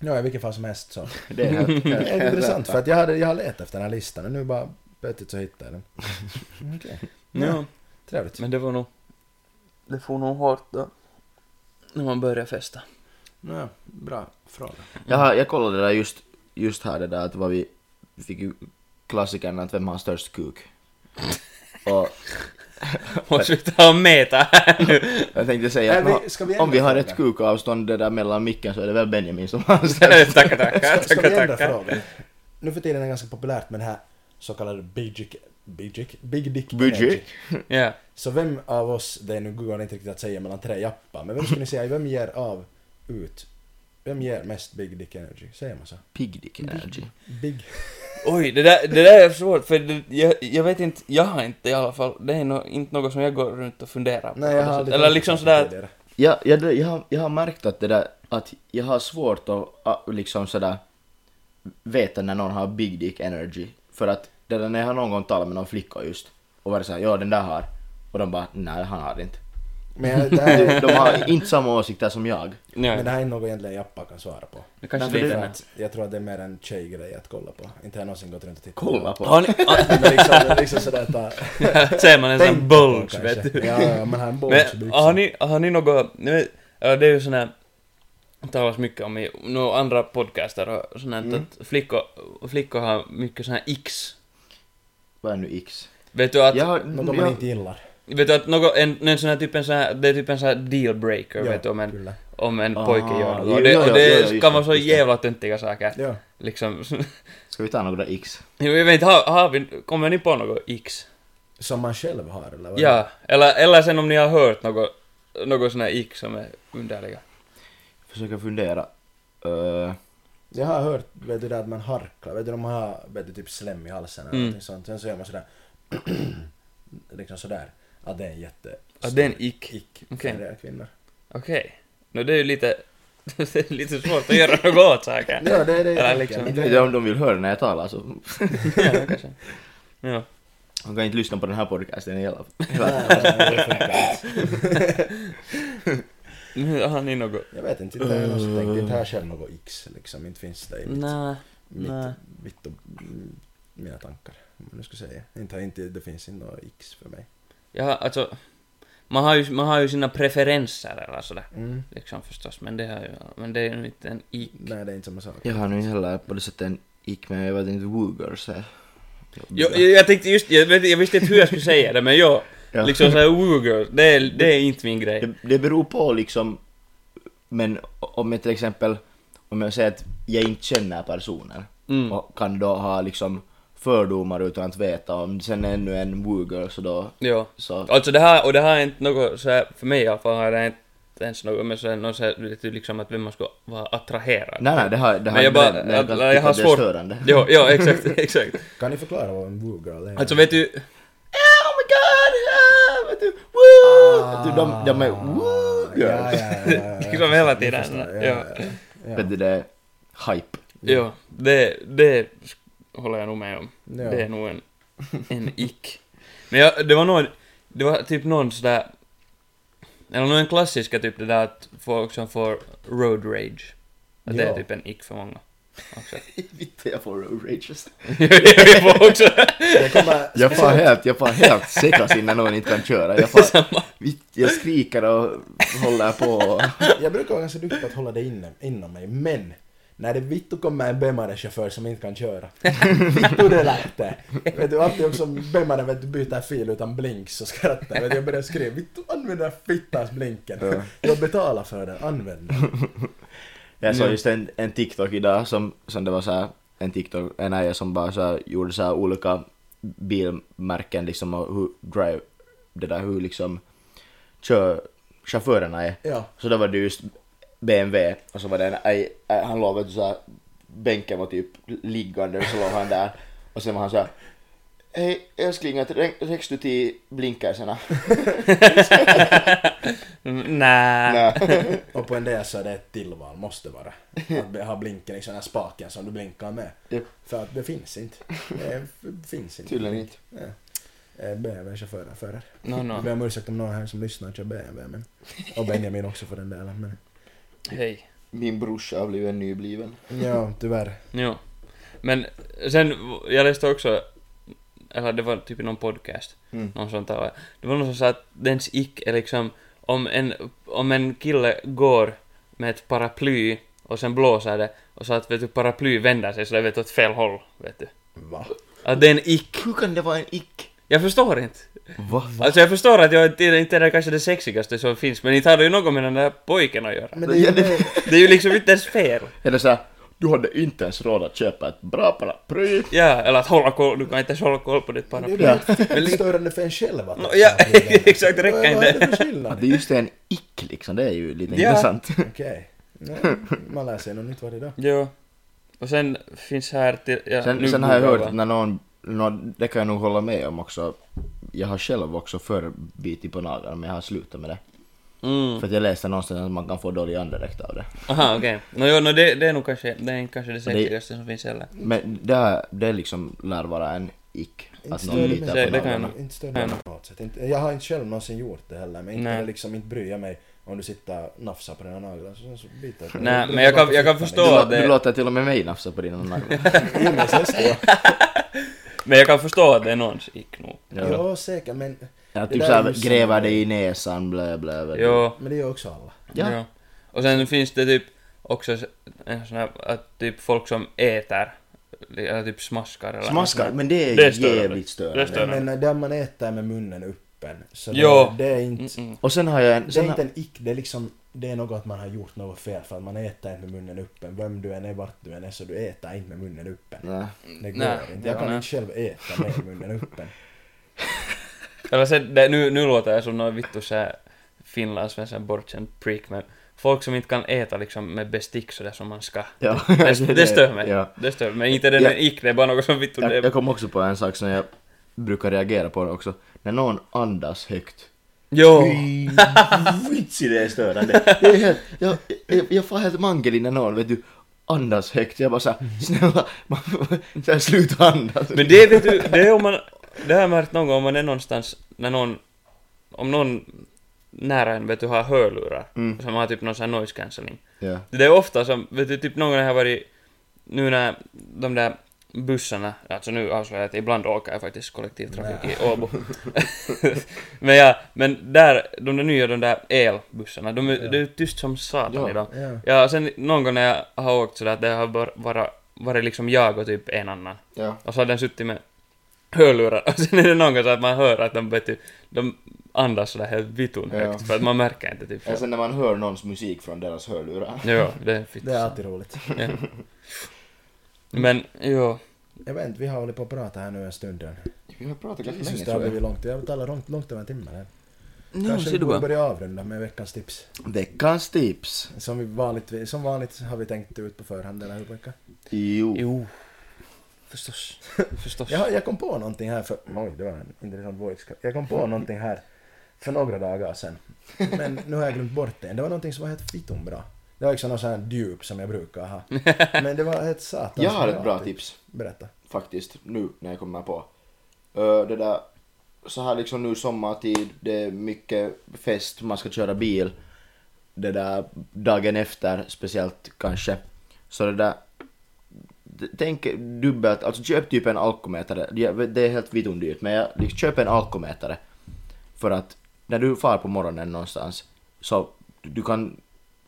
Ja, i vilken fall som helst så. <laughs> Det är helt... Det är intressant för att jag, hade, jag har letat efter den här listan och nu bara plötsligt så hittade jag den. Okej, Ja. trevligt. Men det var nog... Det får nog hårt då. när man börjar festa? Nå, bra fråga. Jag, har, jag kollade det där just, just här det där att vad vi vi fick ju klassikern att vem har störst kuk. Och Måste vi ta och mäta här nu? jag tänkte säga Nej, att Äh, vi- ska vi om vi ändra har frågan? ett kukavstånd det där mellan micken så är det väl Benjamin som <laughs> har störst. tackar, tackar, Ska vi tackar, ändra tackar. frågan? Nu för tiden är det ganska populärt med det här så kallade big dick, big dick, big dick Big energy. dick. Ja. Så vem av oss, det är nu går det inte riktigt att säga mellan tre jappar, men vem skulle ni säga, vem ger av ut? Vem ger mest big dick energy? Säger man så? Pig dick energy. Big... Oj, det där, det där är svårt för det, jag, jag vet inte, jag har inte i alla fall, det är no, inte något som jag går runt och funderar på. Nej, jag har aldrig Eller tänkt liksom på det sådär att, tidigare. Jag, jag, jag, har, jag har märkt att det där att jag har svårt att ah, liksom sådär veta när någon har big dick energy. För att det där när jag har någon gång talat med någon flicka just och varit såhär ja den där har och de bara nej han har inte. Men jag- det här <laughs> är- De har inte samma åsikter som jag. ja, men det här är något egentligen jappar kan svara på. det kanske Nej, för lite det- mer. Jag tror att det är mer en tjejgrej att kolla på. Inte har jag någonsin gått runt och tittat. Kolla på. Har ni, <laughs> <laughs> Men liksom, det är liksom sådär ta... ser man en tänk sån på bulge, kanske. vet du. Ja, ja, man har en bulge Men har ni, har ni något, ni vet, eller det är ju sån här, det talas mycket om i några andra podcaster och sånt här, Mm. att flickor, flickor har mycket sån här x. Vad är nu X? Vet du att, Jag har, Något man jag, inte gillar. vet du att något, en, en sån här typ en sån här, det är typ en sån här dealbreaker, Ja, vet du om en, Kyllä. om en Ah, pojke gör något. jo, Och det, jo, och jo, det jo, just kan det, vara så just det. jävla töntiga saker. Ja. <laughs> Liksom. Ska vi ta några X? Jo, Jag vet inte, har, har vi, kommer ni på något niin X? Som man själv har eller vad? Ja, eller, eller sen om ni har hört något, något sån här X som är underliga. Försöka fundera. Öh, Jag har hört vet du, det att man harklar, vet du, de har vet du, typ slem i halsen eller Mm. någonting sånt. Sen så gör man sådär, <clears throat> liksom sådär, att det är en jätte... Ah, det är en ick. ick Okej. för okay. kvinnor. Okej. Nå det är ju <laughs> lite, det är lite svårt att göra något åt saker. Ja, det är det. Eller jag liksom- tänker. jag vet inte Eh, om de vill höra när jag talar så Ja, kanske. Ja. de kan inte lyssna på den här podcasten i alla fall. Nej, nej, nej, det funkar inte. Nu Har ni något? Jag vet inte, inte har jag någonsin tänkt, inte har jag själv något x liksom, inte finns det i mitt, Nej. nej. mitt, mitt och, mm, mina tankar. Om jag nu ska säga. Inte, har inte, det finns inte något x för mig. Ja, alltså. Man har ju, man har ju sina preferenser eller sådär. Mm. Liksom förstås, men det, har ju, men det är ju inte en ick. Nej, det är inte samma sak. Jag har nu inte heller på det sättet en ick men jag vet inte woogers är. Jo, jo, jag tänkte just, jag, vet, jag visste inte hur jag skulle säga det, men jag, Ja. liksom såhär woogirl, det är, det är inte min grej. Det, det beror på liksom, men om jag till exempel, om jag säger att jag inte känner personer Mm. och kan då ha liksom fördomar utan att veta om sen är ännu en woogirl så då, Ja. så Alltså det här, och det här är inte något såhär, för mig i alla fall har det inte ens något, men såhär, något såhär, vet du, liksom att vem man ska vara attraherad. nej nej det har, det har Men jag bara, men jag, kan jag, jag tycka har att svårt. det är störande. Jo, ja, exakt, <laughs> exakt. Kan ni förklara vad en woo-girl är? Alltså vet du, Oh my god! ah, Vet du, woo! Vet du, de, de är woo! Ah. Ja, ja, ja, ja, ja, <laughs> Liksom jag hela förstår, tiden, jag förstår, ja. ja. Vet du, det är hype. ja, det, det håller jag nog med om. Ja. Det är nog en, en ick. Men jag, det var någon, det var typ någon sådär, eller någon klassiska typ det där att folk som får road rage. Att det är Ja. typ en ick för många. Också. <laughs> Vittu, jag får road rages. jag får också <laughs> Det kommer, Jag får helt, jag får helt säkras innan någon inte kan köra. Jag, får, vitt, jag skriker och håller på. jag brukar vara ganska duktig på att hålla det inne, inom mig, men när det vittu kommer en bemare-chaufför som inte kan köra. Vittu det lähtee. Vet du, alltid också om bemare vet du, byter fil utan blink så skrattar jag. Vet du, Jag börjar skriva vittu använd den här fittans blinken. Jag betalar för den, använd den. Jag såg just en, en TikTok idag som, som det var så här, en TikTok, en äja som bara så här, gjorde så här olika bilmärken liksom och hur drive, det där hur liksom kör, chaufförerna är. Ja. Så då var det just BMW och så var det en, äj- ä- han låg vet du, så här, bänken var typ liggande och så låg han där och sen var han så här Hej älskling, att rä- räcks du till blinkerserna? Mm, Nä. <laughs> Nej. Och på en del så är det ett tillval, måste vara. Att be- ha blinken i sån här spaken som du blinkar med. Japp. För att det finns inte. Det f- finns inte. <laughs> Tydligen inte. Eh, BMW-chaufförer. För er. No, Jag no. ber om ursäkt om någon här som lyssnar kör BMW. Men, och Benjamin också för den delen. Men, Hej. Min brorsa har blivit en nybliven. ja, tyvärr. Jo. Men sen, jag läste också, eller det var typ i någon podcast, Mm. någon som talade. Det var någon som sa att dens ick är liksom om en, om en kille går med ett paraply och sen blåser det och så att vet du, paraply vänder sig så där vet du åt fel håll, vet du. Va? Att det är en ick. Hur kan det vara en ick? Jag förstår inte. Va? Alltså jag förstår att jag inte inte är det kanske det sexigaste som finns, men inte har det ju något med den där pojken att göra. Men det är ju det. Det är ju liksom inte ens fel. Eller såhär, du hade inte ens råd att köpa ett bra paraply. Ja, eller att hålla koll, du kan inte ens hålla koll på ditt Det är ju paraply. det. Det är störande för en själv att No, ja, <laughs> exakt, det Vad räcker är det inte. för Att skillnad? det just är en ick liksom, det är ju lite Ja. intressant. <laughs> Okej. Nej, Man lär sig något nytt varje dag. Jo. Och sen finns här till... Ja, Sen, nu sen har jag googlar hört att när någon, någon, det kan jag nog hålla med om också, jag har själv också förr bitit på naglarna men jag har slutat med det. Mm. För att jag läste någonstans att man kan få dålig andedräkt av det. Aha, okej. Nå jo, no, det, det är nog kanske, det är kanske det det- sexigaste som finns heller. Men det, här- det liksom lär vara en ick. Att Inte någon större bitar Det- på det kan jag naglarna. nog. Inte störande på något sätt. Inte- Jag har inte själv någonsin gjort det heller, men inte Nej. kan jag liksom inte bryr mig om du sitter och nafsar på dina naglar så, så biter jag på Nej, dem. men jag kan- jag kan förstå. Du, Ja, lå- det- du låter till och med mig nafsa på dina naglar. Jo, men sen ska jag- Men jag kan förstå att det är någons ick nog. <laughs> Ja. Jo, säkert, men, Ja, Det typ där är ju såhär så- gräva dig i näsan, blä blä blä. Jo. men det gör också alla. Ja. Ja. Och sen finns det typ också en sån här, att typ folk som äter, eller typ smaskar eller något Smaskar, sånt. men det är, Det är störande. jävligt störande. Det är störande. Men när- där man äter med munnen öppen, så Jo. det, det är inte... Mm-mm. Och sen har jag en... Det är Sen inte har, en ick, det är liksom... Det är något att man har gjort något fel för att man äter inte med munnen öppen. Vem du än är, vart du än är, så du äter inte med munnen öppen. nej. Det går Nej, inte. det Jag var kan nej. inte själv äta med munnen öppen. Eller sen, det, nu, nu låter jag som någon vittu såhär finlandssvensson bortkänd prick, men folk som inte kan äta liksom med bestick sådär som man ska. <laughs> Ja. Det, Alltså, det stör mig. Ja. Det stör mig. Inte det är en ick, det är bara något som vittu det Jag, är. jag kom också på en sak som jag brukar reagera på också. När någon andas högt. Jo! Vitsi <laughs> det är störande. Jag, är helt, jag, jag, jag får helt mangel innan någon vet du andas högt. Jag bara såhär, <laughs> snälla, man, så här, sluta andas. Men det vet du, det är om man... Det har jag märkt någon gång om man är någonstans när någon... Om någon nära en vet du har hörlurar Mm. som har typ någon sån här noise cancelling. Ja. Det är ofta som, vet du, typ någon gång har jag varit... Nu när de där bussarna, alltså nu avslöjar jag att ibland åker jag faktiskt kollektivtrafik i Åbo. <laughs> men ja, men där, de där nya, de där elbussarna, de, är- det är tyst som satan <laughs> Ja. i dem. Ja. Ja, sen någon gång när jag har åkt sådär, det har bara, bara varit liksom jag och typ en annan. Ja. Och så har den suttit med hörlurar <laughs> och sen är det någon gång så att man hör att de, vet du, de andas sådär helt vitun Ja. högt för att man märker inte typ Och sen när man hör någons musik från deras hörlurar. Jo, det är fitt. Det är alltid roligt. Ja. Men jo, Jag vet inte, vi har hållit på att prata här nu en stund. Vi har pratat Jag ganska syns länge det har tror jag. blivit långt. Jag har talat långt, långt över en timme här. nu Kanske ser vi du borde bara. börja avrunda med veckans tips. Veckans tips. Som, vi vanligt, som vanligt har vi tänkt ut på förhand, eller hur pojkar? Jo. Jo. Förstås. Förstås. Jag, jag kom på någonting här för... Oj, det var en intressant voice. Jag kom <laughs> på någonting här för några dagar sedan. Men nu har jag glömt bort det. Det var någonting som var helt fitton bra. Det var liksom någon sån här djup som jag brukar ha. Men det var helt satans typ. Jag har ett bra tips. Berätta. faktiskt nu när jag kommer på. Ö, Det där, så här liksom nu sommartid, det är mycket fest, man ska köra bil. Det där dagen efter speciellt kanske. Så det där, d- tänk dubbelt, alltså köp typ en alkometare. Jag vet, Det är helt vitundyrt men jag, liksom, köp en alkometare. För att när du far på morgonen någonstans så du kan,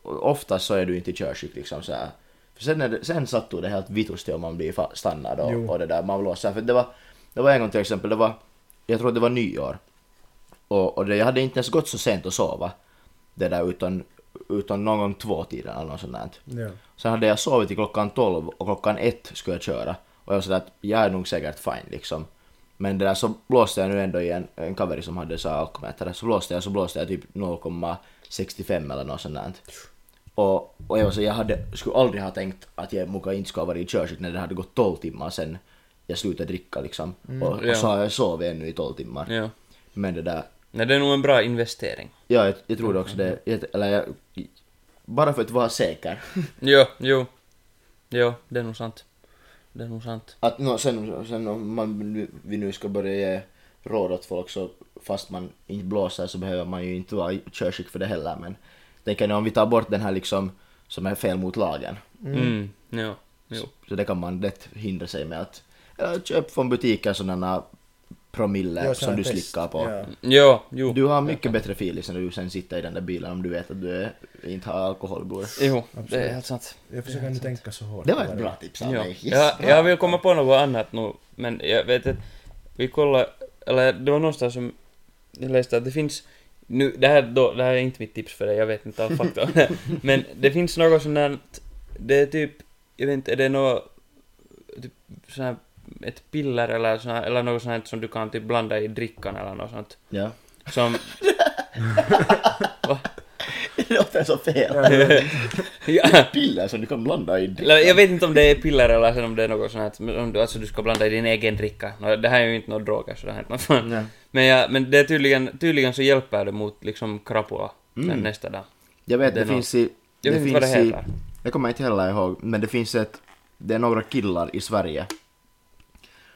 oftast så är du inte i körskick liksom så här. För sen, är det, sen satt du det helt vitusti om man blir fa- stannad och, Jo. och det där, man blåser. För det var, det var en gång till exempel, det var, jag tror det var nyår. Och, och det, jag hade inte ens gått så sent att sova. Det där utan, utan någon gång tvåtiden eller något sånt där. Ja. Sen hade jag sovit till klockan 12 och klockan 1 skulle jag köra. Och jag var sådär att jag är nog säkert fine liksom. Men det där så blåste jag nu ändå i en, en kaveri som hade så här alkomätare. Så blåste jag så blåste jag typ 0,65 eller något sånt där. Och, och jag var så jag hade, skulle aldrig ha tänkt att jag muka inte skulle ha varit i körskick när det hade gått 12 timmar sen jag slutade dricka liksom. och, och Mm, ja. så har jag sovit ännu i 12 timmar. Ja. Men det där, Nej, det är nog en bra investering. ja jag, jag tror det också det, jag, eller jag, bara för att vara säker. Jo, jo. Jo, det är nog sant. Det är nog sant. Att nå sen, sen om man, nu- vi nu ska börja ge råd åt folk så fast man inte blåser så behöver man ju inte vara i körskick för det heller men tänker nu om vi tar bort den här liksom som är fel mot lagen Mm. Jo. Jo. så det kan man lätt hindra sig med att ja, köp från butiker sådana promille Gör som sån du test. slickar på. Ja. Jo, jo. Du har mycket bättre filis när du sen sitter i den där bilen om du vet att du är, inte har alkohol i blodet. Jo, det Absolut. är helt sant. Jag försöker nu tänka så hårt. Det var ett bra tips av Ja. mig. Jag, Yes, jag bra. vill komma på något annat nu, men jag vet att vi kollar, eller det var någonstans som jag läste att det finns, nu, det här, då, det här är inte mitt tips för dig, jag vet inte all fakta <laughs> om det. men det finns något sånt där, att det är typ, jag vet inte, är det något, typ sån här, ett piller eller, sån här, eller något sånt här som du kan typ blanda i drickan eller något sånt, Ja. som, <laughs> Det låter så fel. ja, Piller som du kan blanda i Eller, drickan. jag vet inte om det är piller eller sen om det är något sånt här, som- om du, alltså du ska blanda i din egen dricka. Nå, det här är ju inte några droger så det här är inte något fan. Nej. Men, ja, men det är tydligen, tydligen så hjälper det mot liksom krapula sen Mm. nästa dag. Jag vet, Det det, är finns i... Jag vet inte vad det finns i- heter. Jag kommer inte heller ihåg, men det finns ett... Det är några killar i Sverige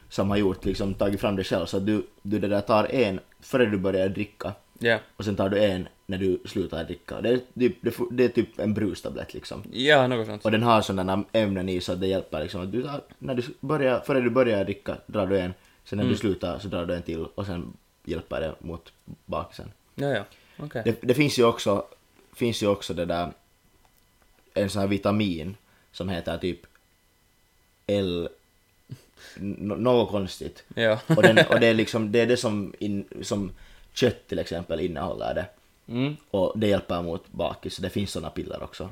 som har gjort, liksom tagit fram det själv. Så att du, du det där tar en före du börjar dricka Ja. och sen tar du en när du slutar dricka. Det är typ, det, fu- det är typ en brustablett liksom. Ja, något sånt. Och den har sådana ämnen i så att det hjälper liksom. Att du tar, när du börjar, före du börjar dricka drar du en, sen Mm. när du slutar så drar du en till och sen hjälper det mot bakisen. Ja, ja. Okej. Det, det finns ju också, finns ju också det där, en sån här vitamin som heter typ L... Nå- Något konstigt. Ja. Och, den, och det är liksom, det är det som, in, som kött till exempel innehåller det. Mm. Och det hjälper mot bakis, så det finns såna piller också.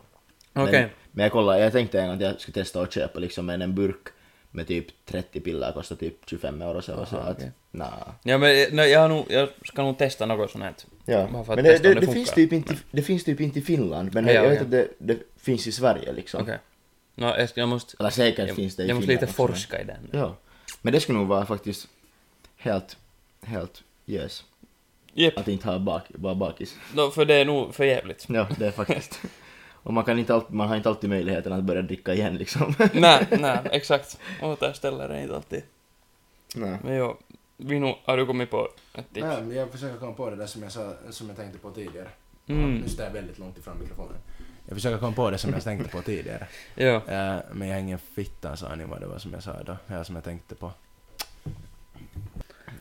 Men, Okej. men jag kollade, jag tänkte en gång att jag skulle testa att köpa liksom en, en burk med typ 30 piller kostar typ 25 euro så jag var så att, okej. nah. Ja, men eh, no, jag, har nog, jag ska nog testa något sånt här. Ja. Bara för att Men det, testa det, om det, funkar. finns typ inte, det finns typ inte i Finland, men Ja, jag ja, vet ja. att det, det finns i Sverige liksom. Okej. Nå, jag, ska- jag måste... Eller säkert Jag, finns det i jag måste Finland lite också, men- forska i den. Ja. Men det skulle nog vara faktiskt helt, helt yes. Jep. Att inte ha bak, vara bakis. <laughs> Nå, för det är nog för jävligt. Ja, det är faktiskt. <laughs> Och man, kan inte alltid, man har inte alltid möjligheten att börja dricka igen liksom. <laughs> nej, nej, exakt. Återställer det inte alltid. Nej. Men jo, Vino, har du kommit på ett tips? Nej, men jag försöker komma på det där som jag, sa, som jag tänkte på tidigare. Mm. Nu står jag väldigt långt ifrån mikrofonen. Jag försöker komma på det som jag tänkte på tidigare. Ja. Eh, men jag har ingen fitta sa ni vad det var som jag sa då, eller som jag tänkte på.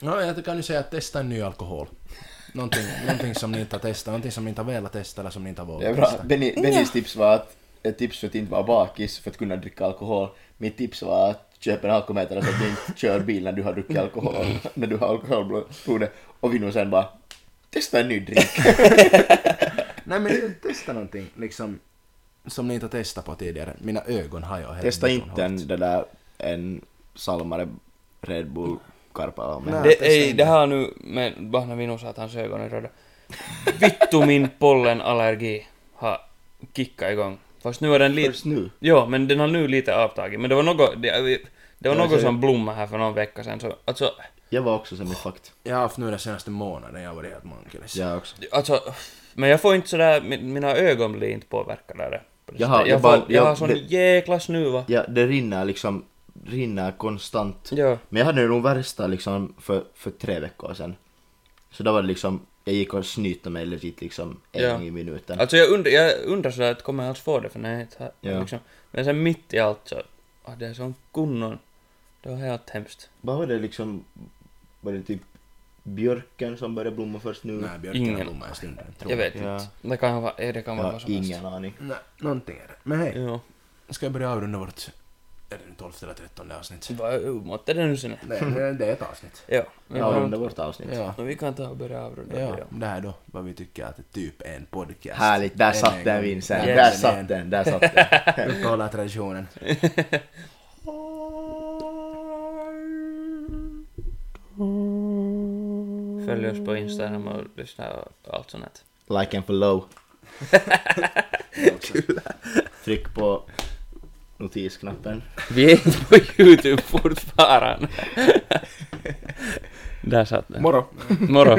No, jag kan ju säga att testa en ny alkohol. <laughs> Någonting, någonting som ni inte har testat, någonting som ni inte har velat testa eller som ni inte har Det är vågat bra. testa. Benny, Bennys tips var att, ett tips för att inte vara bakis, för att kunna dricka alkohol. Mitt tips var att köpa en alkometer så att du inte <laughs> kör bil när du har druckit alkohol, när du har alkoholblodet. Och vi nog sen bara, testa en ny drink. Nej men testa någonting liksom som ni inte har testat på tidigare. Mina ögon har jag helt <laughs> testa ögonhårt. inte en, det där, en salmare Red Bull Karpala. Men... Nej. Det, testa ei, in det det. här har nu, men bara när Vino sa att hans ögon är röda. Vittu min pollenallergi har kickat igång. Fast nu är den lite... Först nu. Jo, men den har nu lite avtagit. Men det var något, det, det var Ja, något så- som blommade här för någon vecka sedan. Så, alltså, Jag var också som i fakt. Jag har haft nu den senaste månaden, jag har varit helt mankelis. Jag också. alltså, men jag får inte sådär, min- mina ögon blir inte påverkade av det. På det Jag har- sättet. jag jag, bara- får, jag jag- har sån det- jäkla snuva. Ja, det rinner liksom, rinner konstant. Ja. Men jag hade nog värsta liksom för, för tre veckor sedan. Så då var det liksom, jag gick och snytade mig legit liksom en Ja. gång i minuten. Alltså jag undrar, jag undrar sådär att kommer jag alls få det för när jag inte har, Ja. liksom. Men sen mitt i allt så, ah, det är sån kunnon. Det var helt hemskt. Vad var det liksom, var det typ björken som började blomma först nu? Nej, björken har Ingen. blommat en stund. tror Jag vet Ja. inte. Det kan vara, eh, det kan jag vara har vad som helst. ingen aning. Nej, någonting är det. Men hej, Ja. ska jag börja avrunda vårt... Är det nu 12 eller 13 <laughs> avsnitt? Vad omåttade oh, det nu sen? är. Det är, det är ett avsnitt. Ja. men Ja, bra. runda vårt avsnitt. Ja. No, vi kan ta och börja avrunda. Ja, Ja. det här då, vad vi tycker att typ är en podcast. Härligt, där Än satt en den gång. Vincent, Yes. där satt den, där satt den. Uppehålla traditionen. Följ oss på Instagram och lyssna och allt sånt. här. Like and follow. Tryck på notisknappen. Vi är inte på Youtube <laughs> fortfarande. Där satt den. Moro! Moro.